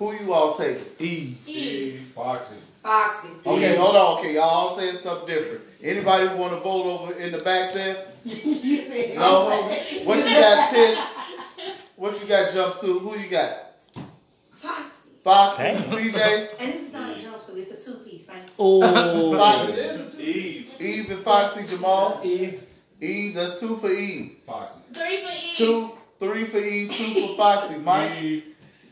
Speaker 1: Who you all taking?
Speaker 3: E.
Speaker 11: Boxing.
Speaker 12: Foxy.
Speaker 1: Okay, hold on. Okay, y'all all saying something different. Anybody want to vote over in the back there? No. What you got, Tish? What you got, jumpsuit? Who you got?
Speaker 12: Foxy.
Speaker 1: Foxy,
Speaker 6: Hey.
Speaker 1: CJ,
Speaker 12: And this is not a jumpsuit, it's a two piece. Thank you.
Speaker 6: Oh,
Speaker 1: Foxy, Eve and Foxy, Jamal. Eve. Eve, that's two for Eve.
Speaker 11: Boxing.
Speaker 9: Three for each.
Speaker 1: Two, three for Eve, two for Foxy. Mike,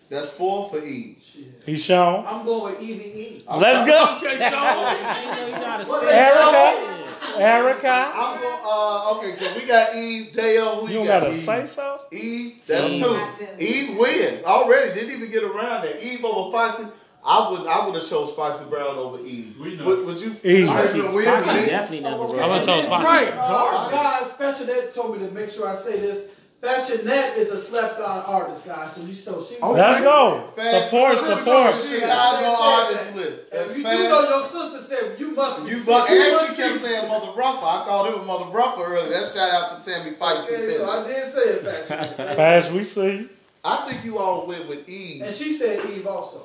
Speaker 1: that's four for Eve.
Speaker 6: he shown.
Speaker 4: I'm going with E EVE.
Speaker 6: Let's go,
Speaker 3: Okay, Sean.
Speaker 6: Erica. Erica.
Speaker 1: I'm going, uh, okay, so we got Eve, Dale, who
Speaker 6: You
Speaker 1: you,
Speaker 6: don't
Speaker 1: got?
Speaker 6: gotta
Speaker 1: Eve?
Speaker 6: say so.
Speaker 1: Eve, that's
Speaker 6: Eve.
Speaker 1: two. Eve wins already. Didn't even get around that. Eve over Foxy. I would, I would have chose Foxy Brown over Eve.
Speaker 8: We know.
Speaker 1: Would, would you?
Speaker 6: Eve.
Speaker 1: I
Speaker 6: Foxy-
Speaker 1: agree with
Speaker 5: Foxy
Speaker 1: you.
Speaker 5: definitely never
Speaker 4: Okay.
Speaker 5: wrote.
Speaker 2: I'm gonna chose
Speaker 4: And
Speaker 2: Foxy.
Speaker 4: then,
Speaker 3: Right.
Speaker 4: Uh, guys, Fashionette told me to make sure I say this. Fashionette is a slept-on artist, guys. So you so she.
Speaker 6: Let's go.
Speaker 1: Fast-
Speaker 6: Support,
Speaker 1: Listen,
Speaker 6: support.
Speaker 1: Chicago artist list.
Speaker 4: If you, you
Speaker 1: Fast-
Speaker 4: know your sister said you must.
Speaker 1: You
Speaker 4: be
Speaker 1: fuck.
Speaker 4: sick.
Speaker 1: And she
Speaker 4: must
Speaker 1: kept
Speaker 4: be-
Speaker 1: saying Mother Bruffer. I called him a Mother Bruffer earlier. That's shout out to Tammy Pikes.
Speaker 4: Okay, so I did say it, Fashionette.
Speaker 6: Fast, we see. you.
Speaker 1: I think you all went with Eve
Speaker 4: and she said Eve also.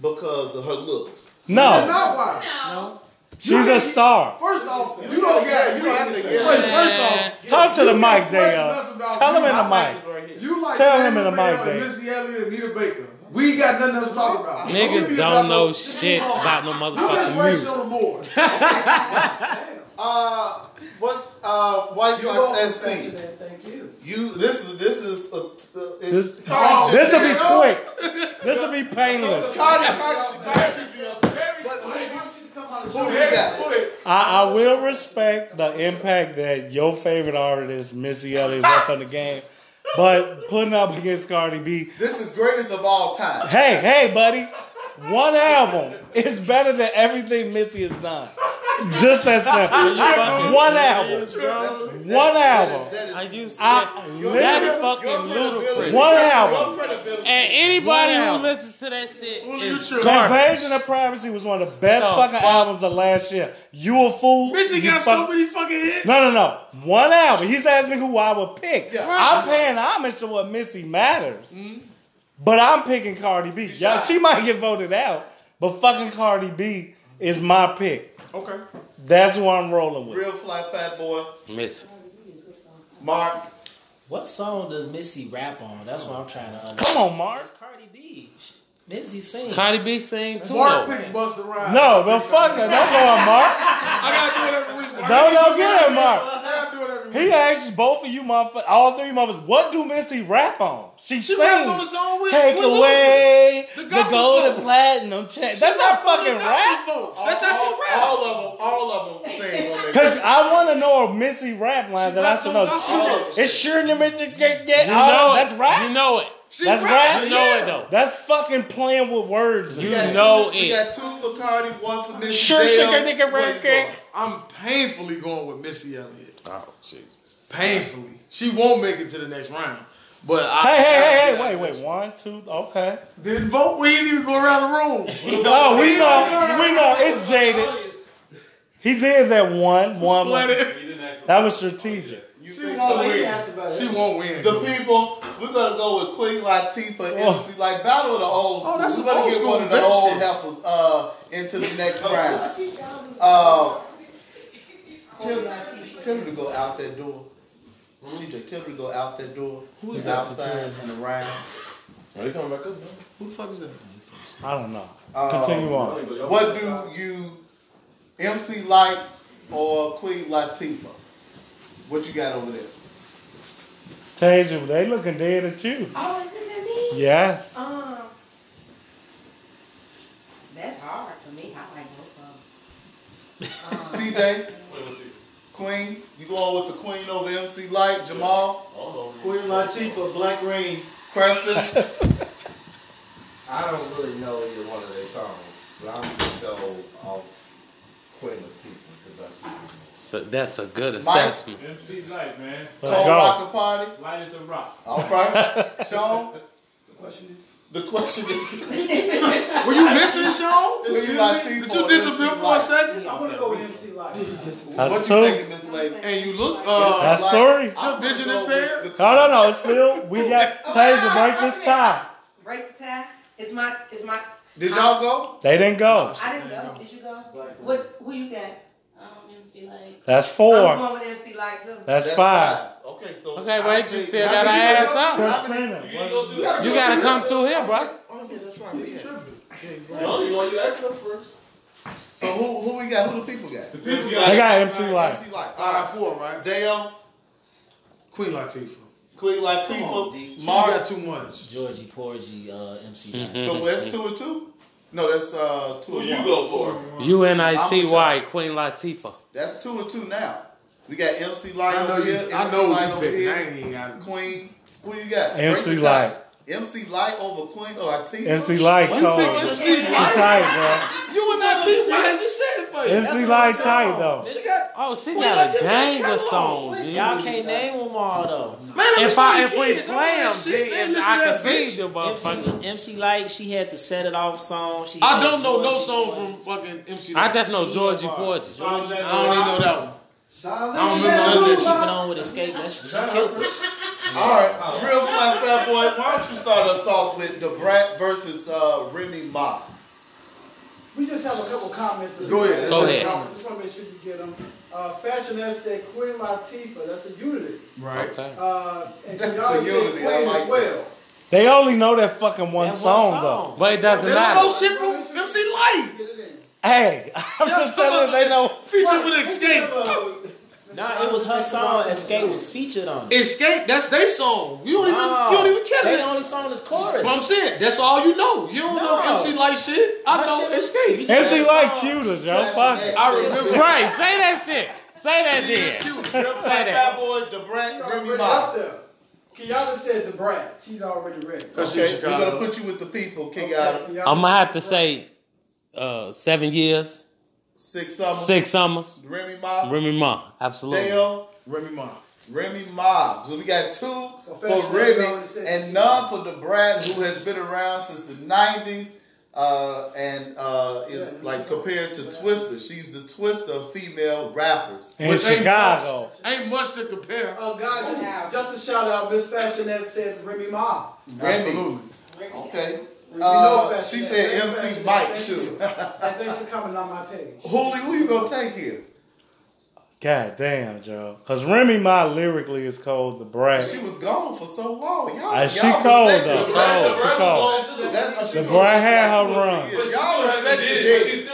Speaker 1: because of her looks.
Speaker 4: That's
Speaker 6: No,
Speaker 4: not why.
Speaker 9: No.
Speaker 6: she's a star.
Speaker 4: First off,
Speaker 1: You don't yeah, you don't have to get
Speaker 3: Wait, first off,
Speaker 6: Talk to the mic, Dale.
Speaker 3: us about
Speaker 6: Tell him in the
Speaker 1: My mic
Speaker 6: mic.
Speaker 1: is right here.
Speaker 3: you like
Speaker 6: Tell him in the
Speaker 3: Manuel
Speaker 6: mic,
Speaker 3: and
Speaker 6: Dave.
Speaker 3: Missy Elliott and Nita Baker.
Speaker 4: we ain't got nothing else to talk about.
Speaker 2: Niggas don't know shit about no
Speaker 3: You just
Speaker 2: motherfucking music.
Speaker 3: racial more.
Speaker 1: Uh what's uh White
Speaker 4: You're
Speaker 1: Sox
Speaker 4: welcome,
Speaker 1: SC?
Speaker 4: Fashionette. Thank you.
Speaker 1: You this is this is a uh,
Speaker 6: This
Speaker 1: it's
Speaker 6: will be quick. This will be painless.
Speaker 1: Cardi, Cardi, Cardi should be up there. But who
Speaker 4: I
Speaker 1: you-
Speaker 4: want you to come out and
Speaker 1: who
Speaker 4: show
Speaker 1: you
Speaker 4: me.
Speaker 1: got?
Speaker 6: I, I will respect the impact that your favorite artist, Missy Elliott's left on the game, but putting up against Cardi B,
Speaker 1: This is greatest of all time.
Speaker 6: hey, hey, buddy, one album is better than everything Missy has done. Just that simple. One album. One album.
Speaker 2: Are you
Speaker 6: I
Speaker 2: serious? That's
Speaker 6: literally-
Speaker 2: fucking ludicrous.
Speaker 6: One album.
Speaker 2: And anybody
Speaker 6: One
Speaker 2: who
Speaker 6: album.
Speaker 2: listens to that shit is
Speaker 6: The
Speaker 2: garbage.
Speaker 6: Invasion of Privacy was one of the best
Speaker 2: No,
Speaker 6: fucking albums of last year. You a fool.
Speaker 3: Missy
Speaker 6: You
Speaker 3: got so
Speaker 6: fuck-
Speaker 3: many fucking hits.
Speaker 6: No, no, no. One album. He's asking who I would pick.
Speaker 3: Yeah. Mm-hmm.
Speaker 6: I'm paying homage to what Missy matters. But I'm picking Cardi B. Y'all, she might get voted out, but fucking Cardi B is my pick.
Speaker 1: Okay.
Speaker 6: That's who I'm rolling with.
Speaker 1: Real fly fat boy.
Speaker 2: Miss.
Speaker 1: Mark.
Speaker 5: What song does Missy rap on? That's what I'm trying to understand.
Speaker 6: Come on, Mark.
Speaker 5: Cardi B. Missy sings.
Speaker 2: Cardi B sing too.
Speaker 5: Mark
Speaker 2: though.
Speaker 3: Buster Rhymes.
Speaker 6: No, but fuck it. Don't go on Mark.
Speaker 3: I gotta do it every week. Mark.
Speaker 6: Don't go get him, Mark.
Speaker 3: I gotta do it every week.
Speaker 6: He asked both of you motherfuckers, all three motherfuckers, what do Missy rap on? She,
Speaker 3: She
Speaker 6: sings.
Speaker 3: raps on the song with
Speaker 6: Take
Speaker 3: with
Speaker 6: away
Speaker 3: Ludacris.
Speaker 6: the,
Speaker 3: gospel
Speaker 6: gold and
Speaker 3: folks.
Speaker 6: platinum check.
Speaker 3: She
Speaker 6: That's not
Speaker 3: raps on the
Speaker 6: fucking
Speaker 3: gospel
Speaker 6: rap.
Speaker 3: folks. That's how
Speaker 1: all,
Speaker 3: she rap.
Speaker 1: All of them, all of them sing on that.
Speaker 6: Cause I want to know a Missy rap line that I
Speaker 3: raps
Speaker 6: should
Speaker 3: on
Speaker 6: know.
Speaker 3: gospel
Speaker 6: Shoot, It's sure in the middle of the get
Speaker 2: You
Speaker 6: get.
Speaker 2: know
Speaker 6: Oh,
Speaker 2: it.
Speaker 6: That's rap.
Speaker 2: You know it.
Speaker 3: She
Speaker 6: That's
Speaker 3: rap.
Speaker 6: rap.
Speaker 2: You know
Speaker 3: yeah.
Speaker 2: it though.
Speaker 6: That's fucking playing with words.
Speaker 2: You
Speaker 1: We got
Speaker 2: know
Speaker 1: two, We
Speaker 2: it.
Speaker 1: got two for Cardi, one for Missy.
Speaker 6: Sure,
Speaker 1: Dale.
Speaker 6: sugar nigga,
Speaker 1: Where you
Speaker 6: red cake.
Speaker 1: going?
Speaker 3: I'm painfully going with Missy Elliott.
Speaker 2: Oh Jesus.
Speaker 3: Painfully. She won't make it to the next round. But I,
Speaker 6: Hey, hey, hey,
Speaker 3: I-
Speaker 6: hey! Wait, wait. One, two. Okay.
Speaker 3: Didn't vote. We didn't even go around the room.
Speaker 6: Oh, we know. We know. It's jaded. He did that one. One.
Speaker 3: Let it.
Speaker 6: That was strategic.
Speaker 1: You
Speaker 3: She
Speaker 1: think
Speaker 3: won't
Speaker 1: so?
Speaker 3: win. She won't win.
Speaker 1: The people, we're gonna go with Queen Latifah,
Speaker 6: Oh.
Speaker 1: MC, like Battle of the Old School.
Speaker 3: Oh, that's
Speaker 1: we're
Speaker 3: some
Speaker 1: gonna
Speaker 3: old
Speaker 1: get
Speaker 3: school
Speaker 1: one of the old
Speaker 3: shit.
Speaker 1: heifers uh, into the next round. Uh, tell, tell him to go out that door. DJ, tell him to go out that door. Who is outside and around?
Speaker 11: Are they coming back up?
Speaker 3: Who the fuck is that?
Speaker 6: I don't know.
Speaker 1: Uh,
Speaker 6: Continue on.
Speaker 1: What do you, MC Light or Queen Latifah? What you got over there?
Speaker 6: Tasia, they looking dead at you.
Speaker 12: Oh, look at me.
Speaker 6: Yes.
Speaker 12: Um, that's hard for me. I like both of them. Um,
Speaker 1: TJ, Queen, you going with the Queen over MC Light, Jamal,
Speaker 4: Queen Latifah, Black Rain.
Speaker 1: Preston?
Speaker 11: I don't really know either one of their songs, but I'm just go off Queen Latifah because I see.
Speaker 2: So that's a good
Speaker 1: Mike.
Speaker 2: assessment.
Speaker 8: MC Light, man.
Speaker 6: Let's
Speaker 1: Cold
Speaker 6: go.
Speaker 1: Rocker Party.
Speaker 8: Light as a rock.
Speaker 1: All right. Sean,
Speaker 10: Question is,
Speaker 1: the question is
Speaker 3: Were you listening, Sean?
Speaker 1: Queen
Speaker 3: Did
Speaker 1: Latifah
Speaker 3: you
Speaker 1: or
Speaker 3: disappear
Speaker 1: MC
Speaker 3: for
Speaker 1: Light?
Speaker 3: a second?
Speaker 10: I want to go with MC Live.
Speaker 1: What
Speaker 6: That's
Speaker 1: you
Speaker 6: two.
Speaker 1: taking, Miss Lady?
Speaker 3: And you look. Uh,
Speaker 6: That's three.
Speaker 1: I'm
Speaker 3: Your vision
Speaker 1: gonna go
Speaker 3: impaired?
Speaker 1: with the-
Speaker 6: No, no, no. It's still, we got Tasia break this tie.
Speaker 12: break the tie. It's my. It's my.
Speaker 1: Did y'all go?
Speaker 6: They didn't
Speaker 3: uh,
Speaker 6: go.
Speaker 12: I didn't go. Did you go? What? Who you got?
Speaker 9: Um, MC like.
Speaker 6: That's
Speaker 12: I'm
Speaker 6: four.
Speaker 12: going with MC Light too.
Speaker 6: That's five.
Speaker 1: Okay, so
Speaker 2: Okay,
Speaker 1: I
Speaker 2: wait,
Speaker 1: think-
Speaker 2: you still
Speaker 1: I
Speaker 2: gotta
Speaker 1: think
Speaker 2: ask
Speaker 1: you
Speaker 2: us.
Speaker 1: gotta-
Speaker 2: You gotta come through here, bro.
Speaker 11: only one you asked us first.
Speaker 1: So who who we got? Who the people got?
Speaker 8: The people
Speaker 6: They
Speaker 8: got.
Speaker 6: got MC Light.
Speaker 1: MC Light.
Speaker 3: all
Speaker 1: All
Speaker 3: right,
Speaker 1: right.
Speaker 3: four, right?
Speaker 1: Dale,
Speaker 3: Queen Latifah.
Speaker 1: Queen
Speaker 3: She
Speaker 1: Latifah,
Speaker 3: got
Speaker 1: Mark.
Speaker 3: too much.
Speaker 5: Georgie Porgy, uh, MC. Lyte.
Speaker 1: So that's two and two. No, that's uh two
Speaker 11: Who
Speaker 1: and
Speaker 11: you
Speaker 1: one.
Speaker 11: go for?
Speaker 2: U N I T
Speaker 1: I'm
Speaker 2: Y Queen Latifah.
Speaker 1: That's two and two now. We got MC Light
Speaker 3: I know
Speaker 1: over
Speaker 3: you.
Speaker 1: here.
Speaker 3: I
Speaker 1: MC
Speaker 3: know
Speaker 1: Light
Speaker 3: you
Speaker 1: over
Speaker 3: picked. I
Speaker 1: here.
Speaker 3: ain't even got it.
Speaker 1: Queen. Who you got?
Speaker 6: MC
Speaker 1: Break the
Speaker 6: Light.
Speaker 1: tie. MC Light over Queen oh, or Latifah.
Speaker 6: MC Light
Speaker 3: You
Speaker 6: called.
Speaker 3: singing
Speaker 6: It's
Speaker 3: MC Light?
Speaker 6: tight,
Speaker 3: You and Latifah. I just said it for
Speaker 6: bro.
Speaker 3: you.
Speaker 6: MC Light tight, though.
Speaker 3: She got.
Speaker 2: Oh, she
Speaker 3: Queen
Speaker 2: got
Speaker 3: Latifah
Speaker 2: a gang
Speaker 3: catalog.
Speaker 2: of songs.
Speaker 3: Mm-hmm.
Speaker 2: G.
Speaker 5: Y'all can't name them all though.
Speaker 3: Man, that was
Speaker 2: If I
Speaker 3: for
Speaker 2: if
Speaker 3: the
Speaker 2: we
Speaker 3: kids.
Speaker 2: play
Speaker 3: I'm
Speaker 2: them,
Speaker 3: like, shit, they
Speaker 2: then
Speaker 3: listen
Speaker 2: I
Speaker 3: to
Speaker 2: can
Speaker 3: that
Speaker 2: beat
Speaker 3: bitch.
Speaker 2: the motherfucker.
Speaker 5: MC, MC Light, she had the Set It Off song. She
Speaker 3: I
Speaker 5: had
Speaker 3: don't know no
Speaker 5: Georgie
Speaker 3: song
Speaker 5: Porgy.
Speaker 3: from fucking MC.
Speaker 2: I
Speaker 3: Light.
Speaker 2: just know Georgie Porges.
Speaker 8: Light as a
Speaker 3: I don't even know
Speaker 8: rock.
Speaker 3: that one.
Speaker 10: Silent
Speaker 3: I don't
Speaker 5: She
Speaker 3: remember
Speaker 5: went
Speaker 3: none
Speaker 5: on-
Speaker 3: of that
Speaker 5: she
Speaker 3: shit.
Speaker 5: went on with Escape. That's she killed it.
Speaker 1: All right, real flat fat boy. Why don't you start us off with the Brat versus uh, Remy Ma?
Speaker 4: We just have a couple comments. that-
Speaker 3: Go ahead.
Speaker 2: Go ahead.
Speaker 4: I just want to make sure you get them. Uh, Fashion S said Queen Latifah. That's a unity.
Speaker 3: Right.
Speaker 2: Okay.
Speaker 4: Uh, and
Speaker 1: That's
Speaker 4: Kiara
Speaker 1: a
Speaker 4: said
Speaker 1: unity. I
Speaker 4: Queen
Speaker 1: like
Speaker 4: as well.
Speaker 6: They only know that fucking one
Speaker 5: That
Speaker 6: song, though.
Speaker 2: But it doesn't
Speaker 3: They don't know
Speaker 2: matter.
Speaker 3: shit from MC Light.
Speaker 4: Get it in.
Speaker 6: Hey, I'm just telling you, they know.
Speaker 3: Featured with Escape.
Speaker 5: Nah, it was her song. Escape was featured on it.
Speaker 3: Escape. That's their song. You don't even.
Speaker 5: Nah,
Speaker 3: You don't even care.
Speaker 5: They
Speaker 3: that.
Speaker 5: only song is chorus.
Speaker 3: But I'm saying that's all you know. You don't know
Speaker 5: No.
Speaker 3: MC Light shit. I
Speaker 5: My
Speaker 3: know
Speaker 5: shit-
Speaker 3: Escape.
Speaker 6: MC Light cuters, yo. Fuck it.
Speaker 3: I remember.
Speaker 2: Right, say that shit. Say that then.
Speaker 3: Real
Speaker 1: Real flat fat boy, the Brat, Remy
Speaker 4: Already
Speaker 1: Ma.
Speaker 4: out there. Kiana said the brat. She's already ready.
Speaker 1: Okay, we're gonna put you with the people, King Adam.
Speaker 4: Kiana-
Speaker 2: I'm gonna have to say uh, seven years.
Speaker 1: Six Summers.
Speaker 2: Six Summers.
Speaker 1: Remy Ma.
Speaker 2: Remy Ma, absolutely.
Speaker 1: Dale.
Speaker 3: Remy Mob.
Speaker 1: Remy Ma. So we got two for
Speaker 3: Professional
Speaker 1: Remy and none for DeBrat, who has been around since the 90s uh, and uh, is like compared to Twister. She's the Twister of female rappers.
Speaker 6: In Chicago.
Speaker 3: Ain't much to compare.
Speaker 4: Oh, guys, just, just a shout out. Miss Fashionette said Remy Ma.
Speaker 1: Remy.
Speaker 4: Absolutely.
Speaker 1: Okay.
Speaker 4: We know
Speaker 1: Uh,
Speaker 4: Fashionette.
Speaker 1: she said
Speaker 4: Miss
Speaker 1: MC
Speaker 4: Fashionette,
Speaker 1: Mike,
Speaker 4: thank
Speaker 1: too.
Speaker 4: you. and thanks for coming on my page.
Speaker 1: Holy, who you going to take here?
Speaker 6: God damn, Joe. Because Remy Ma lyrically is cold the brat.
Speaker 1: She was gone for so long. Y'all,
Speaker 6: Uh,
Speaker 1: y'all
Speaker 6: she cold,
Speaker 1: mistaken.
Speaker 6: though. Cold. She cold.
Speaker 1: That- uh, she
Speaker 6: The
Speaker 1: was
Speaker 6: brat
Speaker 1: gone
Speaker 6: had
Speaker 1: for
Speaker 6: her
Speaker 1: two or
Speaker 6: run.
Speaker 1: three years. Y'all respect the dick.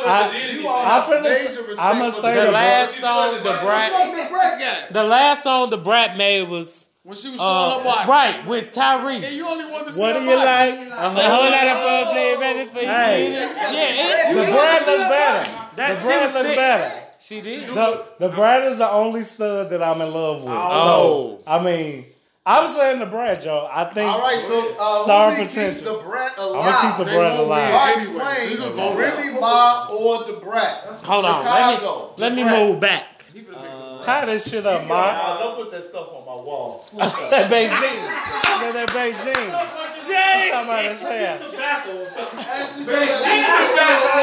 Speaker 1: You all
Speaker 6: I,
Speaker 1: have
Speaker 6: I
Speaker 1: major
Speaker 6: finna,
Speaker 1: respect
Speaker 6: I'm gonna
Speaker 1: for
Speaker 6: say
Speaker 7: The
Speaker 6: the
Speaker 7: last song the brat, the last song the brat made was
Speaker 3: when she
Speaker 6: was showing her body.
Speaker 7: right with Tyrese.
Speaker 3: you only wanted
Speaker 6: What do you like?
Speaker 7: A whole lot of fun playing ready for you.
Speaker 6: Hey.
Speaker 7: Yeah, it-
Speaker 6: The
Speaker 7: you
Speaker 6: bread
Speaker 7: know,
Speaker 6: look better.
Speaker 7: That
Speaker 6: the
Speaker 7: shit
Speaker 6: bread
Speaker 7: was
Speaker 6: look
Speaker 7: thick.
Speaker 6: better.
Speaker 7: She did.
Speaker 6: The, the bread is the only stud that I'm in love with.
Speaker 7: Oh.
Speaker 6: So, I mean, I'm saying the bread, Joe. I think
Speaker 1: All right, so uh,
Speaker 6: star
Speaker 1: who we
Speaker 6: potential.
Speaker 1: Keep the brat
Speaker 6: I'm
Speaker 1: alive.
Speaker 6: gonna keep the bread alive.
Speaker 1: Mark Twain, Remy Ma, or the brat.
Speaker 6: Hold on, let me-
Speaker 1: Chicago.
Speaker 6: let me
Speaker 1: DeBrat.
Speaker 6: move back. Tie this shit up,
Speaker 1: You
Speaker 6: Ma.
Speaker 1: know, Don't put that stuff on my wall.
Speaker 6: that Beijing. So that Beijing. I'm talking about his hair.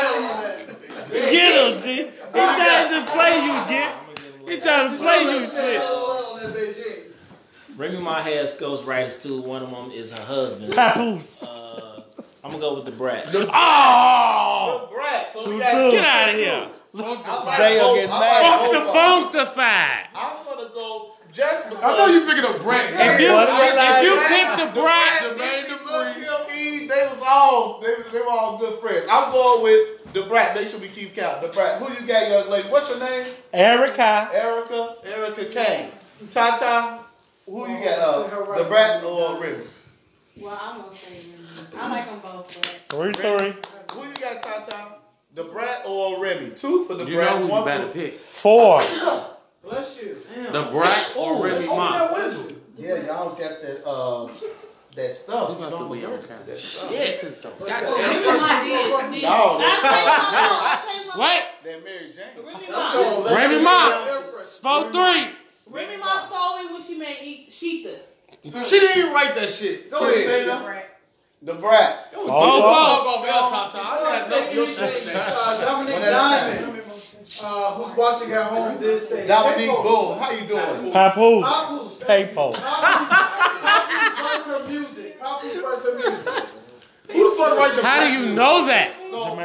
Speaker 6: Get him, G. He trying to play you, get. He trying to play you, shit.
Speaker 5: Remy Ma has ghostwriters too. One of them is her husband.
Speaker 6: Papoose.
Speaker 5: Uh, I'm gonna go with the brat.
Speaker 7: Oh,
Speaker 1: The brat. So we
Speaker 6: Two,
Speaker 1: got
Speaker 6: two.
Speaker 7: get out of here.
Speaker 1: I like
Speaker 6: They'll
Speaker 1: both-
Speaker 6: get
Speaker 1: I like
Speaker 6: mad.
Speaker 7: Fuck
Speaker 1: both
Speaker 7: the
Speaker 1: of them.
Speaker 7: functified.
Speaker 1: I'm gonna go just because.
Speaker 3: I know you picking up Brad.
Speaker 7: If you
Speaker 6: What was I
Speaker 7: if you
Speaker 1: saying?
Speaker 7: pick the brat,
Speaker 3: Jermaine
Speaker 1: Jermaine Dupri, they was all they, they were all good friends. I'm going with the brat. Make sure we keep count. The brat. Who you got, young lady? What's your name?
Speaker 6: Erica.
Speaker 1: Erica. Erica Kane. Tata. Who you got? Uh, the brat or Remy?
Speaker 9: Well, I'm gonna say Remy. I like them both, but
Speaker 6: Three, three.
Speaker 1: Who you got, Tata? The brat or Remy? Two for the
Speaker 2: you
Speaker 1: brat.
Speaker 2: know who
Speaker 1: one
Speaker 2: you better
Speaker 1: for
Speaker 2: pick.
Speaker 6: Four.
Speaker 4: Bless you.
Speaker 2: The brat or Remy Ma.
Speaker 4: That whistle.
Speaker 1: Yeah, y'all got that uh, that stuff. You don't remember that stuff.
Speaker 9: Remy Ma did. did.
Speaker 1: No.
Speaker 9: I changed my vote. I changed my
Speaker 7: what?
Speaker 1: That Mary Jane.
Speaker 9: vote.
Speaker 7: Remy
Speaker 9: Remy Ma.
Speaker 7: Ma. It's four three.
Speaker 9: Remy Ma sold me when she made Eat Sheeta.
Speaker 3: She didn't write that shit. Go ahead.
Speaker 1: Christina, The brat.
Speaker 3: Don't
Speaker 6: Oh,
Speaker 3: talk off your Tata. I got enough of your shit.
Speaker 4: Uh, Dominic
Speaker 1: One at a
Speaker 4: Diamond, uh, who's watching at home, did say.
Speaker 1: Dominique
Speaker 4: Papos.
Speaker 1: Boone. How you doing?
Speaker 6: Papoose.
Speaker 4: Papos.
Speaker 6: Papo.
Speaker 4: Papos writes her music. Papos writes her music.
Speaker 3: Who the fuck writes the
Speaker 7: How do you know that?
Speaker 1: So, who, who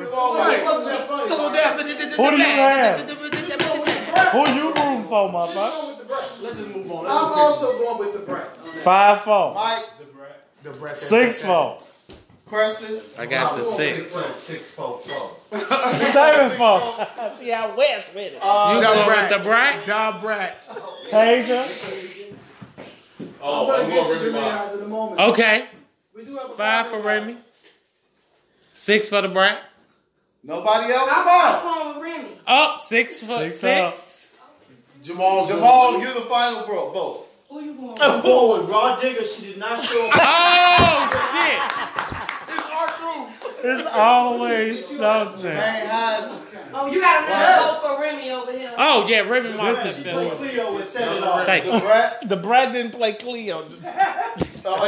Speaker 1: you
Speaker 4: Oh,
Speaker 1: going
Speaker 4: it
Speaker 1: with?
Speaker 4: wasn't that funny.
Speaker 3: Who
Speaker 6: Who do you have?
Speaker 4: Brett.
Speaker 6: Who you rooting for, motherfucker?
Speaker 1: Let's just move on.
Speaker 4: I'm
Speaker 1: Let's
Speaker 4: also going with the Brett.
Speaker 6: Five, four.
Speaker 1: Mike,
Speaker 6: Six, four.
Speaker 1: Preston.
Speaker 2: I got the six.
Speaker 11: Six four four.
Speaker 6: Seven, four.
Speaker 5: See how West with it.
Speaker 2: You go with the brat.
Speaker 3: Da brat.
Speaker 6: Tasia.
Speaker 4: I'm going to get to Jermaine Hines in a moment.
Speaker 7: Okay,
Speaker 4: We do have a
Speaker 7: five for Remy, six for the brat.
Speaker 1: Nobody else?
Speaker 12: I'm,
Speaker 1: Come on.
Speaker 12: I'm going with Remy.
Speaker 2: Oh,
Speaker 7: Up six for
Speaker 6: Six
Speaker 7: six.
Speaker 6: up.
Speaker 3: Jamal.
Speaker 1: Jamal, you're the final bro. Vote.
Speaker 12: Who you going with?
Speaker 10: Boy, Raw Digger, she did not show up.
Speaker 7: Oh
Speaker 6: It's always something.
Speaker 1: Jermaine Hines.
Speaker 12: Oh, you got another vote for Remy over here.
Speaker 7: shit! Oh yeah, Remy Ma
Speaker 10: She
Speaker 7: took
Speaker 10: played
Speaker 7: that.
Speaker 10: Cleo and set it off.
Speaker 7: Thank
Speaker 1: The
Speaker 7: you.
Speaker 1: brat.
Speaker 5: The brat didn't play Cleo.
Speaker 1: Oh, in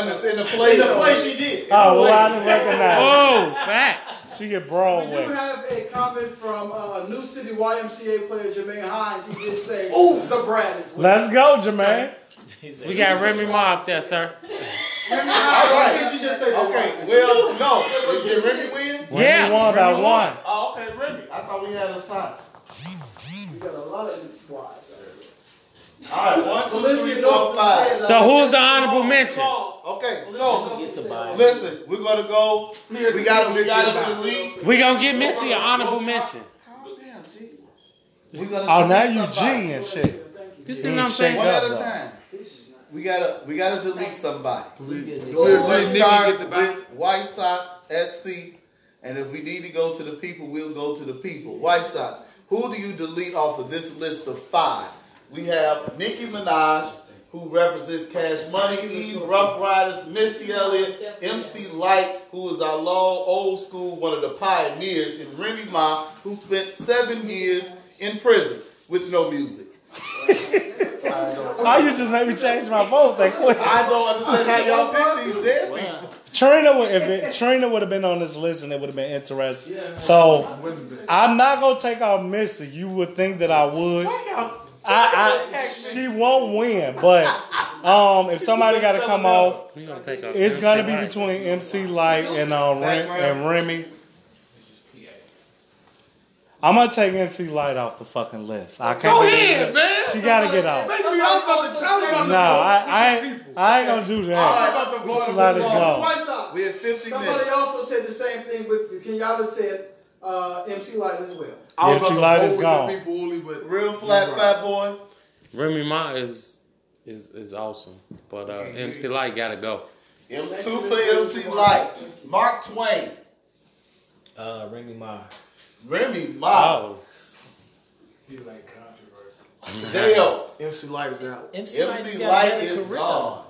Speaker 1: the, in the play.
Speaker 10: In the
Speaker 1: show.
Speaker 10: play she did.
Speaker 6: Oh, well, I didn't recognize.
Speaker 7: Oh, facts.
Speaker 6: it. She get
Speaker 4: We do
Speaker 6: Broadway.
Speaker 4: have a comment from uh, New City YMCA player Jermaine Hines. He did say,
Speaker 10: Ooh.
Speaker 4: the Brad is with
Speaker 6: Let's go, Jermaine.
Speaker 7: We got Remy Ma up there, sir.
Speaker 1: All
Speaker 4: I
Speaker 1: right.
Speaker 4: think you just say the Brad.
Speaker 1: Okay. Well, no. Did, did Remy win?
Speaker 6: When
Speaker 7: Yeah.
Speaker 6: we won by one.
Speaker 1: Oh, okay, Remy. I thought we had a tie.
Speaker 4: We got a lot of these wives.
Speaker 1: All right. One, two,
Speaker 4: Felicity
Speaker 1: three, four,
Speaker 4: Norton
Speaker 1: five.
Speaker 4: said,
Speaker 7: So
Speaker 4: uh,
Speaker 7: who's the honorable mention?
Speaker 1: Okay. So
Speaker 5: Get to buy.
Speaker 1: listen, we're gonna go. We gotta. We gotta delete.
Speaker 7: We gonna get Missy an honorable mention.
Speaker 1: Calm down, G. We gotta.
Speaker 6: Oh, now
Speaker 1: delete
Speaker 6: you
Speaker 1: somebody.
Speaker 6: G and shit.
Speaker 7: You see
Speaker 6: You
Speaker 7: what I'm
Speaker 6: ain't shake
Speaker 7: saying?
Speaker 1: One at a
Speaker 6: up, though.
Speaker 1: time. We gotta we gotta delete somebody.
Speaker 3: We're
Speaker 1: We'll
Speaker 3: letting Nikki
Speaker 1: start
Speaker 3: get the
Speaker 1: with
Speaker 3: back.
Speaker 1: White Sox, SC, and if we need to go to the people, we'll go to the people. White Sox. Who do you delete off of this list of five? We have Nicki Minaj, who represents Cash Money, Eve, Rough Riders, Missy Elliott, MC Light, who is our long old school, one of the pioneers, and Remy Ma, who spent seven years in prison with no music.
Speaker 6: How you just made me change my vote that quick?
Speaker 1: I don't understand how y'all pick these dead people.
Speaker 6: Trina would if it, Trina would have been on this list and it would have been interesting. So I'm not gonna take out Missy. You would think that I would. I, I she won't win, but um, if somebody got to come off,
Speaker 2: We gonna take out
Speaker 6: it's gonna be
Speaker 2: everything.
Speaker 6: between MC Light and uh, Rem, and Remy. I'm gonna take MC Light off the fucking list. I can't.
Speaker 3: Go
Speaker 6: believe
Speaker 3: ahead,
Speaker 6: it.
Speaker 3: man.
Speaker 6: She gotta get off.
Speaker 3: Make me, I was about to, I was about to
Speaker 6: No, I, I, ain't, I ain't gonna do that.
Speaker 4: All right.
Speaker 6: MC Light is gone.
Speaker 4: White Sox.
Speaker 1: We have 50
Speaker 4: Somebody also said the same thing with Kenyatta said uh, MC Light as well.
Speaker 2: I was MC about to Light vote is with gone. the
Speaker 3: people, but
Speaker 1: real flat fat boy.
Speaker 2: Remy Ma is is is awesome, but uh, MC Light gotta go.
Speaker 1: It was two for MC Light. Mark Twain.
Speaker 5: Uh, Remy Ma.
Speaker 1: Remy Ma.
Speaker 6: Oh.
Speaker 8: He like controversy.
Speaker 1: Dale.
Speaker 3: MC Light is out.
Speaker 5: MC,
Speaker 1: MC Light is gone.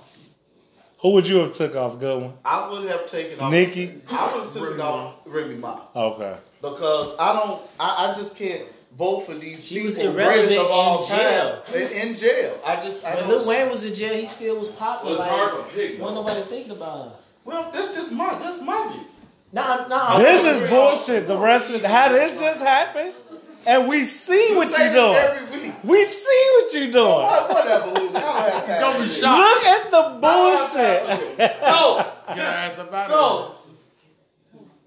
Speaker 6: Who would you have took off? Good one.
Speaker 1: I would have taken off
Speaker 6: Nikki?
Speaker 1: I would have taken off Remy Ma.
Speaker 6: Okay.
Speaker 1: because I don't, I, I just can't vote for these she
Speaker 5: was
Speaker 1: people
Speaker 5: irrelevant
Speaker 1: greatest of all
Speaker 5: in
Speaker 1: time
Speaker 5: jail.
Speaker 1: in, in jail. I just, I
Speaker 5: When
Speaker 1: don't-
Speaker 5: Lil Wayne was in jail, he still was popular.
Speaker 1: Well, it's
Speaker 5: like,
Speaker 1: hard to pick,
Speaker 5: Wasn't nobody thinking about it.
Speaker 1: Well, that's just my, that's my view.
Speaker 5: Nah, nah.
Speaker 6: This is bullshit. The rest of how this just happened, and we see what
Speaker 1: say
Speaker 6: you
Speaker 1: this
Speaker 6: doing. We see what you doing.
Speaker 1: What- Whatever, Lou. I don't have time.
Speaker 3: Don't
Speaker 1: for
Speaker 3: be
Speaker 1: this.
Speaker 3: shocked.
Speaker 6: Look at the bullshit.
Speaker 1: So,
Speaker 3: Get your ass up out of
Speaker 1: so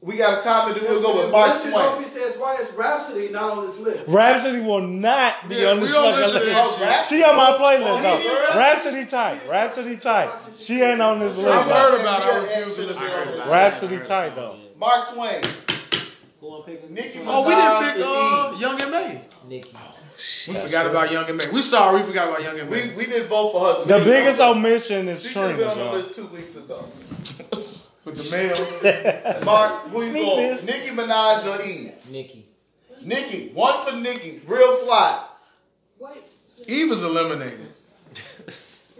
Speaker 1: we got a comment. Then we'll go with Mark
Speaker 4: Listen,
Speaker 1: Twain.
Speaker 4: Murphy says, why is Rhapsody not on this list?
Speaker 6: Rhapsody will not be
Speaker 3: Yeah,
Speaker 6: on
Speaker 3: we
Speaker 6: this
Speaker 3: don't
Speaker 6: fucking
Speaker 3: listen to that
Speaker 6: list.
Speaker 1: shit.
Speaker 6: She on my playlist
Speaker 1: Oh, he
Speaker 6: though. Rhapsody tight. Rhapsody tight. She ain't on this
Speaker 3: there. I've
Speaker 6: list.
Speaker 3: heard
Speaker 6: though.
Speaker 3: about it. I
Speaker 1: Yeah,
Speaker 3: refuse to listen
Speaker 1: actually,
Speaker 3: to it.
Speaker 6: Rhapsody tight though.
Speaker 1: Mark Twain.
Speaker 5: Who I'm picking?
Speaker 1: Nicki
Speaker 3: Oh, we didn't
Speaker 1: Minaj and
Speaker 3: pick
Speaker 1: E.
Speaker 3: uh, Young and May.
Speaker 5: Nicki.
Speaker 3: Oh, We forgot about Young and May. We sorry, we forgot about Young and May.
Speaker 1: Eve. We, we didn't vote for her. two
Speaker 6: The
Speaker 1: weeks
Speaker 6: biggest
Speaker 1: ago.
Speaker 6: omission is
Speaker 1: She should have
Speaker 6: Trina.
Speaker 1: been on the
Speaker 6: y'all.
Speaker 1: list two weeks ago.
Speaker 3: With the males.
Speaker 1: Mark, who you
Speaker 6: Sneak
Speaker 1: going?
Speaker 6: this.
Speaker 1: Nicki Minaj or Eve?
Speaker 5: Nicki.
Speaker 1: Nicki, one for Nicki, real fly.
Speaker 3: Eve was eliminated.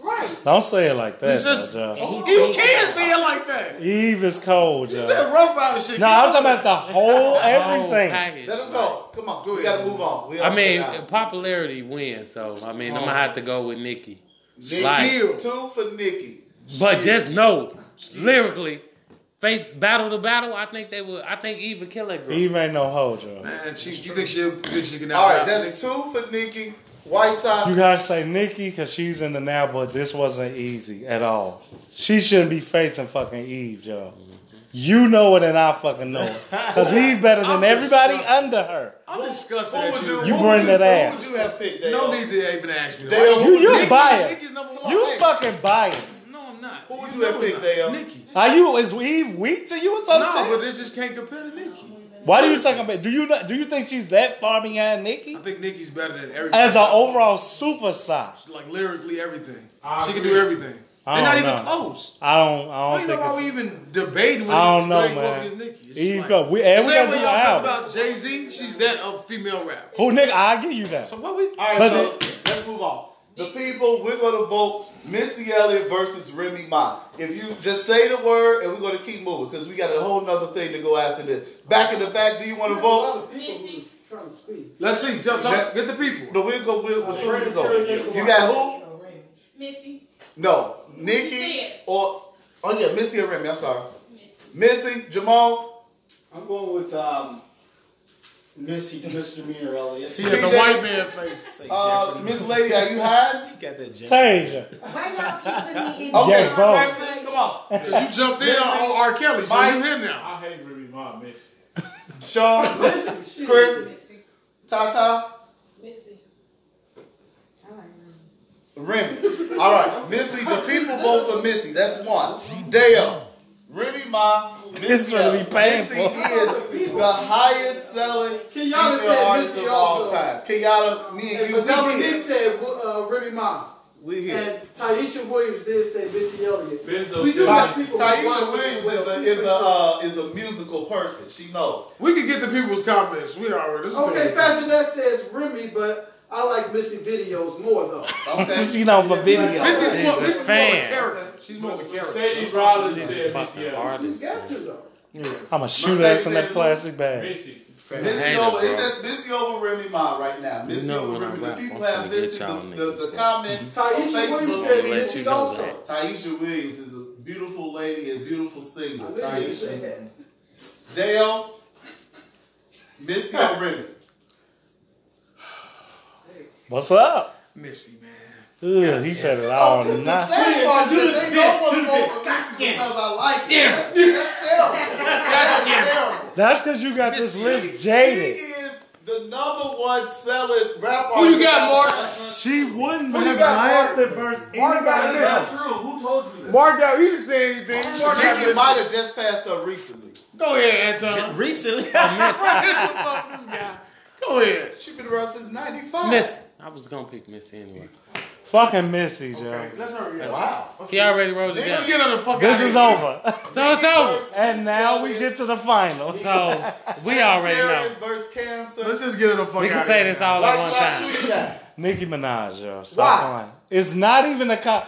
Speaker 9: Right.
Speaker 6: Don't say it like that,
Speaker 3: It's just-
Speaker 6: though, y'all.
Speaker 3: Eve can say it like that.
Speaker 6: Eve is cold,
Speaker 3: That
Speaker 6: y'all.
Speaker 3: rough rider shit.
Speaker 6: No, I'm talking about the whole everything.
Speaker 2: Oh, package.
Speaker 1: Let us go. Come on, we
Speaker 3: ahead.
Speaker 1: gotta move on. We
Speaker 2: I mean,
Speaker 1: gotta get out.
Speaker 2: popularity wins, so I mean, I'm gonna have to go with Nicki.
Speaker 1: Nicki,
Speaker 2: Like,
Speaker 1: two for Nicki.
Speaker 2: but just know, lyrically, face battle to battle. I think they would. I think Eve would kill that girl.
Speaker 6: Eve ain't no hoe, y'all.
Speaker 3: Man, she, you think she'll, you think she can
Speaker 1: All right,
Speaker 3: out-
Speaker 1: that's two for Nicki. White side.
Speaker 6: You gotta say Nikki because she's in the now, but this wasn't easy at all. She shouldn't be facing fucking Eve, y'all. You know it and I fucking know it. Because Eve better than
Speaker 3: I'm
Speaker 6: everybody
Speaker 3: disgusted.
Speaker 6: under her.
Speaker 3: I'm disgusted
Speaker 1: who
Speaker 3: at
Speaker 1: would
Speaker 3: you.
Speaker 1: you?
Speaker 6: You
Speaker 1: who
Speaker 6: bring
Speaker 1: would you,
Speaker 6: that
Speaker 1: Who would
Speaker 6: ass.
Speaker 1: you have picked? Dale?
Speaker 3: No need to even ask me.
Speaker 1: Dale,
Speaker 3: Why-
Speaker 1: who
Speaker 6: You,
Speaker 1: would
Speaker 6: you
Speaker 3: Nikki-
Speaker 6: biased.
Speaker 3: Nikki's number one.
Speaker 6: You
Speaker 3: Hey,
Speaker 6: fucking biased.
Speaker 3: No, I'm not.
Speaker 1: Who would
Speaker 3: You
Speaker 1: you have
Speaker 3: know
Speaker 1: picked,
Speaker 3: I'm
Speaker 1: Dale?
Speaker 3: not. Nikki.
Speaker 6: Are you, is Eve weak to you or
Speaker 3: No,
Speaker 6: some
Speaker 3: but
Speaker 6: shit?
Speaker 3: this just can't compare to Nikki.
Speaker 6: Why do you talking about, do you, not, do you think she's that far behind Nikki?
Speaker 3: I think Nikki's better than everything.
Speaker 6: As an overall super size.
Speaker 3: Like lyrically, everything.
Speaker 8: I
Speaker 3: she can
Speaker 8: agree.
Speaker 3: do everything.
Speaker 6: I
Speaker 3: They're not
Speaker 6: don't
Speaker 3: even
Speaker 6: know.
Speaker 3: close.
Speaker 6: I don't,
Speaker 3: I
Speaker 6: I
Speaker 3: don't
Speaker 6: don't
Speaker 3: know
Speaker 6: think
Speaker 3: why we
Speaker 6: it's,
Speaker 3: even debating when
Speaker 6: I don't know,
Speaker 3: Drake
Speaker 6: man.
Speaker 3: Is Nikki. It's
Speaker 6: Eve
Speaker 3: just
Speaker 6: go,
Speaker 3: like,
Speaker 6: we, and we
Speaker 3: Same
Speaker 6: gonna
Speaker 3: way
Speaker 6: do
Speaker 3: y'all
Speaker 6: an
Speaker 3: talk
Speaker 6: album.
Speaker 3: about Jay Z, she's that of female rap.
Speaker 6: Who, nigga, I give you that.
Speaker 3: So what we?
Speaker 1: All right,
Speaker 6: But
Speaker 1: so let's move on. The people we're gonna vote Missy Elliott versus Remy Ma. If you just say the word, and we're gonna keep moving because we got a whole nother thing to go after this. Back in the back, do you want to
Speaker 4: There's a lot
Speaker 1: vote?
Speaker 4: of people who's trying to speak.
Speaker 3: Let's see. Tell, talk, get the people.
Speaker 1: No, we'll go with with
Speaker 4: Brandon Cherry
Speaker 1: Susan.
Speaker 4: next
Speaker 1: You
Speaker 4: one.
Speaker 1: got who?
Speaker 9: Missy.
Speaker 1: No, Nikki
Speaker 9: said.
Speaker 1: or oh yeah, Missy and Remy. I'm sorry, Missy, Jamal,
Speaker 10: I'm going with um, Missy Misdemeanor Elliott.
Speaker 3: She has the
Speaker 1: TJ.
Speaker 3: white man face.
Speaker 1: uh, Miss Lady. Are you hiding?
Speaker 5: He got that jacket.
Speaker 6: Tasia.
Speaker 12: Why y'all keep putting me in
Speaker 1: Okay,
Speaker 6: Yes, bro.
Speaker 1: Braxton, come on,
Speaker 3: Cause you jumped in on R. Kelly, so
Speaker 1: Mike.
Speaker 3: you here now.
Speaker 8: I hate Remy Ma, miss.
Speaker 1: Sean, Chris, Tata,
Speaker 9: Missy. I like her.
Speaker 1: Remy. All right, Missy. The people vote for Missy. That's one. Dale, Remy Ma.
Speaker 6: This
Speaker 1: Missy,
Speaker 6: gonna be
Speaker 1: Missy
Speaker 6: painful.
Speaker 1: is the highest selling female
Speaker 4: Kenyatta said
Speaker 1: artist
Speaker 4: Missy
Speaker 1: of all
Speaker 4: also.
Speaker 1: time. Kenyatta, me and
Speaker 4: And
Speaker 1: you, we
Speaker 4: Madonna
Speaker 1: here.
Speaker 4: did say uh, Remy Ma.
Speaker 1: We here.
Speaker 4: And Taisha Williams did say Missy Elliott.
Speaker 8: Benzo
Speaker 4: We do
Speaker 8: said
Speaker 4: have
Speaker 8: Missy.
Speaker 4: people. who want
Speaker 1: Taisha
Speaker 4: to
Speaker 1: Williams
Speaker 4: do
Speaker 1: is
Speaker 4: well.
Speaker 1: a is a uh, is a musical person. She knows.
Speaker 3: We can get the people's comments. We already. This is
Speaker 4: Okay,
Speaker 3: gonna be-
Speaker 4: Fashionette says Remy, but I like Missy videos more though.
Speaker 6: you know, for video.
Speaker 4: This is more- this is more
Speaker 6: fan.
Speaker 3: She's more of a character.
Speaker 8: Mercedes Rollins
Speaker 6: She's
Speaker 8: said
Speaker 6: fucking
Speaker 8: Missy Elliott.
Speaker 6: artist,
Speaker 4: You got to though.
Speaker 6: I'm a shoot ass in that plastic bag.
Speaker 8: Missy.
Speaker 1: Missy over, it's just Missy over Remy Ma right now. Missy
Speaker 6: know
Speaker 1: over
Speaker 6: when I
Speaker 1: Remy. The
Speaker 6: rap,
Speaker 1: people
Speaker 6: I'm
Speaker 1: have
Speaker 6: finna get
Speaker 1: Missy. The,
Speaker 6: y'all
Speaker 1: the, the comment on
Speaker 4: Taisha Williams
Speaker 1: Facebook
Speaker 4: said
Speaker 1: is
Speaker 4: Let you know also. that.
Speaker 1: Taisha Williams is a beautiful lady and beautiful singer.
Speaker 4: knew you would say
Speaker 1: Taisha. Dale, Missy over Remy.
Speaker 6: What's up?
Speaker 3: Missy, man.
Speaker 6: Ugh, he said it all
Speaker 3: Oh,
Speaker 6: night.
Speaker 1: Sad part is that they don't want to go
Speaker 3: Goddamn.
Speaker 1: for Missy because I like her. That's, that's terrible. That's terrible.
Speaker 6: That's because you got this list jaded.
Speaker 1: The number one selling rap
Speaker 3: Who you
Speaker 1: artist
Speaker 3: got,
Speaker 1: out-
Speaker 3: Mark?
Speaker 6: She wouldn't
Speaker 3: Who you
Speaker 6: have
Speaker 3: got,
Speaker 6: lasted versus
Speaker 3: Mark got
Speaker 6: anybody else.
Speaker 3: true. Who told you that? Mark out. He didn't say anything. Mark got
Speaker 1: Nikki
Speaker 3: this.
Speaker 1: might have just passed up recently.
Speaker 3: Go ahead, Anton.
Speaker 5: Recently,
Speaker 3: I missed. Fuck this guy. Go aad.
Speaker 1: She been around since '95.
Speaker 2: Miss. I was gonna pick Missy anyway.
Speaker 6: Fucking Missy, Joe.
Speaker 4: Let's hurry
Speaker 2: up.
Speaker 4: Wow.
Speaker 2: He already wrote it
Speaker 3: Nigga,
Speaker 2: down.
Speaker 3: get on the fuck
Speaker 6: This
Speaker 3: outta
Speaker 6: is
Speaker 3: here.
Speaker 6: over.
Speaker 2: So it's over.
Speaker 6: And now we get to the finals.
Speaker 2: So we already know.
Speaker 1: Sagittarius versus Cancer.
Speaker 3: Let's just get on the fuck
Speaker 2: We
Speaker 3: out
Speaker 2: can say this all at one
Speaker 1: Like,
Speaker 2: time.
Speaker 1: who you got?
Speaker 6: Nicki Minaj, yo.
Speaker 1: Why?
Speaker 6: Stop playing. It's not even a co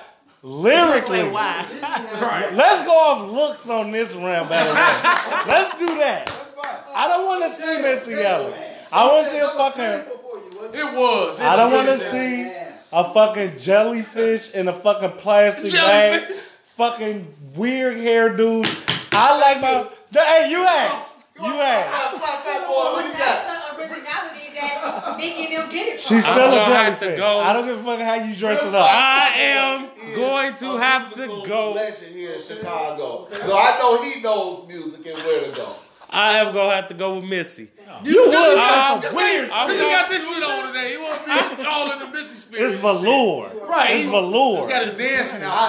Speaker 6: Lyrically,
Speaker 3: Right.
Speaker 6: let's go off looks on this round battle. royale. let's do that.
Speaker 1: That's fine.
Speaker 6: I don't want to see Missy Elliott. I want to see a fucking.
Speaker 3: It was. It
Speaker 6: I don't
Speaker 3: was
Speaker 6: want to
Speaker 3: that.
Speaker 6: see a fucking jellyfish in a fucking plastic bag.
Speaker 3: Jellyfish.
Speaker 6: Fucking weird hair dude. I like my. The, hey, you asked. You asked.
Speaker 1: Top fat boy, who you got?
Speaker 12: That's the originality that Nikki and them get it from.
Speaker 6: She's still a
Speaker 2: gonna have to
Speaker 6: jellyfish.
Speaker 2: go.
Speaker 6: I don't give a fuck how you dress it up.
Speaker 2: I am going to
Speaker 1: A
Speaker 2: have to
Speaker 1: musical
Speaker 2: go.
Speaker 1: Legend here in Chicago, so I know he knows music and where to go.
Speaker 2: I am gonna have to go with Missy.
Speaker 6: You
Speaker 3: This
Speaker 6: would. That's
Speaker 3: this
Speaker 6: some weird.
Speaker 3: ain't- Cause he
Speaker 2: I'm
Speaker 3: got this shit on today. He won't be all in the Missy spirit.
Speaker 6: It's velour.
Speaker 3: Right.
Speaker 6: It's
Speaker 3: He got
Speaker 6: velour.
Speaker 3: his dancing
Speaker 1: I,
Speaker 3: out.
Speaker 1: I,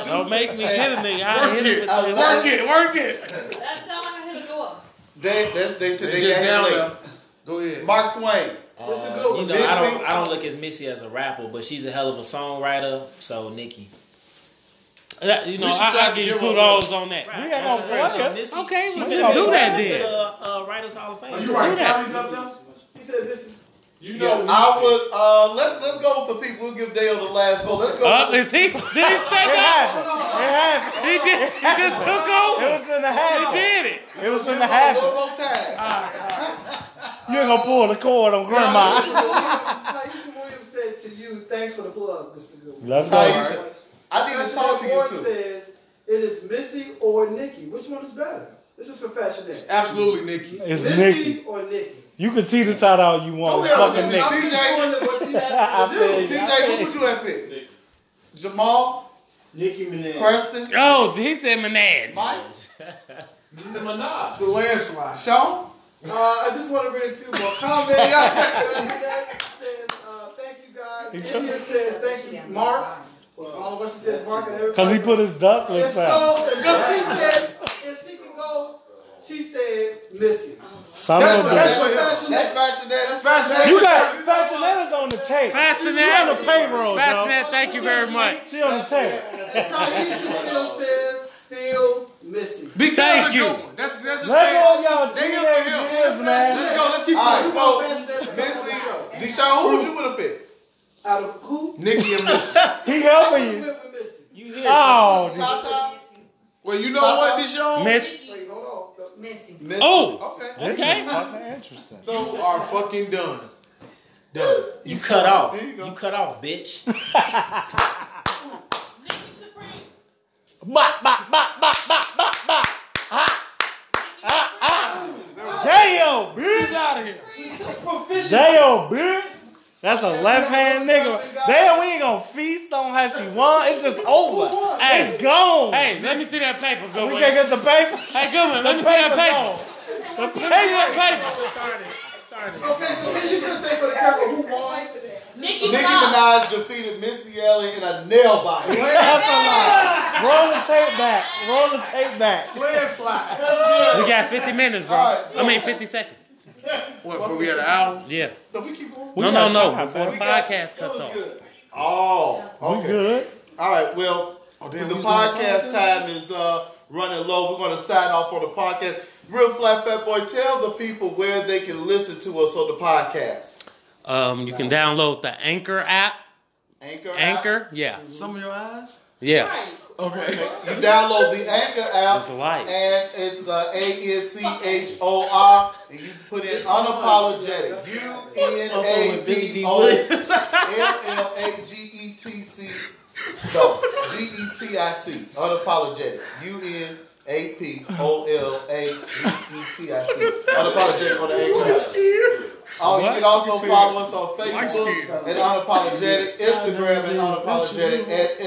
Speaker 1: I, do- I
Speaker 2: Don't
Speaker 1: do.
Speaker 2: make me hit a nigga. I
Speaker 3: Work
Speaker 2: hit it
Speaker 3: it.
Speaker 2: with
Speaker 1: I
Speaker 2: the
Speaker 1: like
Speaker 3: Work it. Work it.
Speaker 9: That's how I can hit the door.
Speaker 1: They, they, they, they,
Speaker 3: They
Speaker 1: got
Speaker 3: just
Speaker 1: hit
Speaker 3: down
Speaker 1: late.
Speaker 3: there. Go ahead.
Speaker 1: Mark Twain. What's the good one? Oh,
Speaker 5: You know,
Speaker 1: Missy?
Speaker 5: I don't I don't look at Missy as a rapper, but she's a hell of a songwriter. So Nikki,
Speaker 2: That- you know,
Speaker 3: We should
Speaker 2: I,
Speaker 3: try
Speaker 2: I
Speaker 3: to
Speaker 2: give
Speaker 3: give her
Speaker 2: kudos on that.
Speaker 6: We ain't gonna
Speaker 5: So
Speaker 6: play it.
Speaker 5: Missy-
Speaker 2: Okay,
Speaker 5: she
Speaker 2: well,
Speaker 5: should
Speaker 2: just
Speaker 5: go
Speaker 2: do that
Speaker 5: to
Speaker 2: then.
Speaker 5: the, uh, Writers Hall of Fame.
Speaker 1: Oh,
Speaker 3: Are
Speaker 2: Let's
Speaker 3: you
Speaker 2: do
Speaker 3: right?
Speaker 2: that.
Speaker 3: Sally's up there.
Speaker 4: He said this is
Speaker 8: You know,
Speaker 1: Yeah, I would. Uh, let's let's go with the people. We'll give Dale the last vote. Let's go.
Speaker 2: Up
Speaker 1: with
Speaker 2: Uh, is he? Did he stay down?
Speaker 6: It happened. It happened.
Speaker 2: He did. He just took
Speaker 6: It
Speaker 2: over.
Speaker 6: was gonna
Speaker 2: He
Speaker 6: happen.
Speaker 2: did it.
Speaker 6: It was
Speaker 1: the
Speaker 6: gonna
Speaker 1: one,
Speaker 6: happen.
Speaker 1: one more time.
Speaker 6: You ain't gonna pull the cord on grandma.
Speaker 4: Taisha Williams said to you, thanks for the plug, Mr. Goodwin.
Speaker 6: Let's go.
Speaker 1: Taisha, I need to talk to
Speaker 4: Moore
Speaker 1: you too.
Speaker 4: says it is Missy or Nikki. Which one is better? This is for Fashion X.
Speaker 3: Absolutely, Nikki.
Speaker 6: It's
Speaker 4: Missy
Speaker 6: Nikki.
Speaker 4: or Nikki?
Speaker 6: You can teeter tot all you want. It's
Speaker 1: Oh, yeah,
Speaker 6: fucking
Speaker 1: yeah.
Speaker 6: Nikki.
Speaker 4: I'm just doing what she
Speaker 6: I
Speaker 4: asked me to
Speaker 6: feel
Speaker 4: do.
Speaker 6: you.
Speaker 1: TJ, who would you have picked? Jamal,
Speaker 10: Nicki Minaj.
Speaker 1: Preston,
Speaker 2: Oh, he said Minaj.
Speaker 1: Mike,
Speaker 3: It's a landslide.
Speaker 1: Sean.
Speaker 4: Uh, I just want to read a few more comments. Fashion X says, uh, thank you guys. India says, thank you, Mark. Um, Weston says, Mark and everybody.
Speaker 6: Cause he put his duck
Speaker 4: If
Speaker 6: lips out.
Speaker 4: so, if she said, if she could go, she said, Missy.
Speaker 6: Some
Speaker 4: That's
Speaker 6: of
Speaker 4: what, that's
Speaker 6: them.
Speaker 4: what
Speaker 1: That's
Speaker 4: Fashion X
Speaker 1: fashion. That's
Speaker 6: You got Fashionetta's on the tape. She on the
Speaker 2: Fascinating.
Speaker 6: payroll, Joe.
Speaker 2: Fascinating. Thank you very much.
Speaker 6: She on the tape.
Speaker 4: Taisha still says, still Missy.
Speaker 3: Because
Speaker 2: Thank you.
Speaker 3: That's that's his
Speaker 6: Let
Speaker 3: thing.
Speaker 6: go of y'all
Speaker 3: They here for
Speaker 6: teenage
Speaker 3: him.
Speaker 6: years, man.
Speaker 3: Let's go. Let's keep
Speaker 1: All
Speaker 3: going.
Speaker 1: right, so Missy, Deshaun, who would you would have picked?
Speaker 4: Out of who?
Speaker 3: Nikki and Missy.
Speaker 6: He
Speaker 4: I
Speaker 6: helping
Speaker 4: would've
Speaker 6: you.
Speaker 4: went with Missy.
Speaker 5: You hear?
Speaker 6: Oh,
Speaker 1: Tata,
Speaker 3: Well, you know what, Deshaun?
Speaker 2: Miss.
Speaker 4: Wait, hold on.
Speaker 12: Missy.
Speaker 1: Missy.
Speaker 2: Oh.
Speaker 1: okay.
Speaker 6: this
Speaker 2: Okay.
Speaker 6: is fucking interesting.
Speaker 3: You are fucking done. Done.
Speaker 5: You cut off.
Speaker 1: There you go.
Speaker 5: You cut off, bitch.
Speaker 9: Nikki Supreme.
Speaker 6: Bop, bop, bop, bop, bop, bop, bop. Ha, ha, ha. Damn, bitch.
Speaker 3: out of here.
Speaker 6: Damn, bitch. That's a left hand nigga. Damn, we ain't gonna feast on how she won. It's just over. It's gone.
Speaker 2: Hey, let me see that paper,
Speaker 6: we
Speaker 2: Goodwin. Hey,
Speaker 6: can't get the paper.
Speaker 2: Goodwin, let me
Speaker 6: The
Speaker 2: see that
Speaker 6: paper
Speaker 2: paper.
Speaker 6: gone.
Speaker 2: Let
Speaker 6: The
Speaker 2: me see that
Speaker 6: paper.
Speaker 2: paper.
Speaker 4: Okay, so can you just say for the record who won?
Speaker 9: Nikki
Speaker 1: Nicki
Speaker 9: Minaj.
Speaker 1: Minaj defeated Missy Elliott in a nail bite.
Speaker 6: That's a lie. Roll the tape back. Roll the tape back.
Speaker 2: We got 50 minutes, bro. I mean, 50 seconds.
Speaker 3: What, for we had an hour?
Speaker 2: Yeah.
Speaker 1: No, we keep going.
Speaker 6: We
Speaker 2: No, no,
Speaker 6: got
Speaker 2: no.
Speaker 6: time,
Speaker 2: Before the
Speaker 6: baby.
Speaker 2: podcast cuts off.
Speaker 1: Oh,
Speaker 6: We
Speaker 1: okay.
Speaker 6: good.
Speaker 1: All right. Well,
Speaker 3: Oh, damn,
Speaker 1: the
Speaker 3: we was doing
Speaker 1: podcast time is uh, running low. We're going to sign off on the podcast. Real Flat Fat Boy, tell the people where they can listen to us on the podcast.
Speaker 2: Um, you can download the Anchor app.
Speaker 1: Anchor.
Speaker 2: Anchor, yeah,
Speaker 3: Some of your eyes.
Speaker 2: yeah.
Speaker 3: Okay.
Speaker 1: You download the Anchor app.
Speaker 2: It's light.
Speaker 1: And it's uh, A N C H O R. And you put in unapologetic. U N A B O L L A G E T C. No, G E T I C. Unapologetic. U N A P O L A G E T I C. Unapologetic on the Anchor app. Oh, you
Speaker 3: What?
Speaker 1: can also
Speaker 3: You said
Speaker 1: follow us on
Speaker 3: light
Speaker 1: Facebook
Speaker 3: skin.
Speaker 1: at Unapologetic, Instagram at Unapologetic, and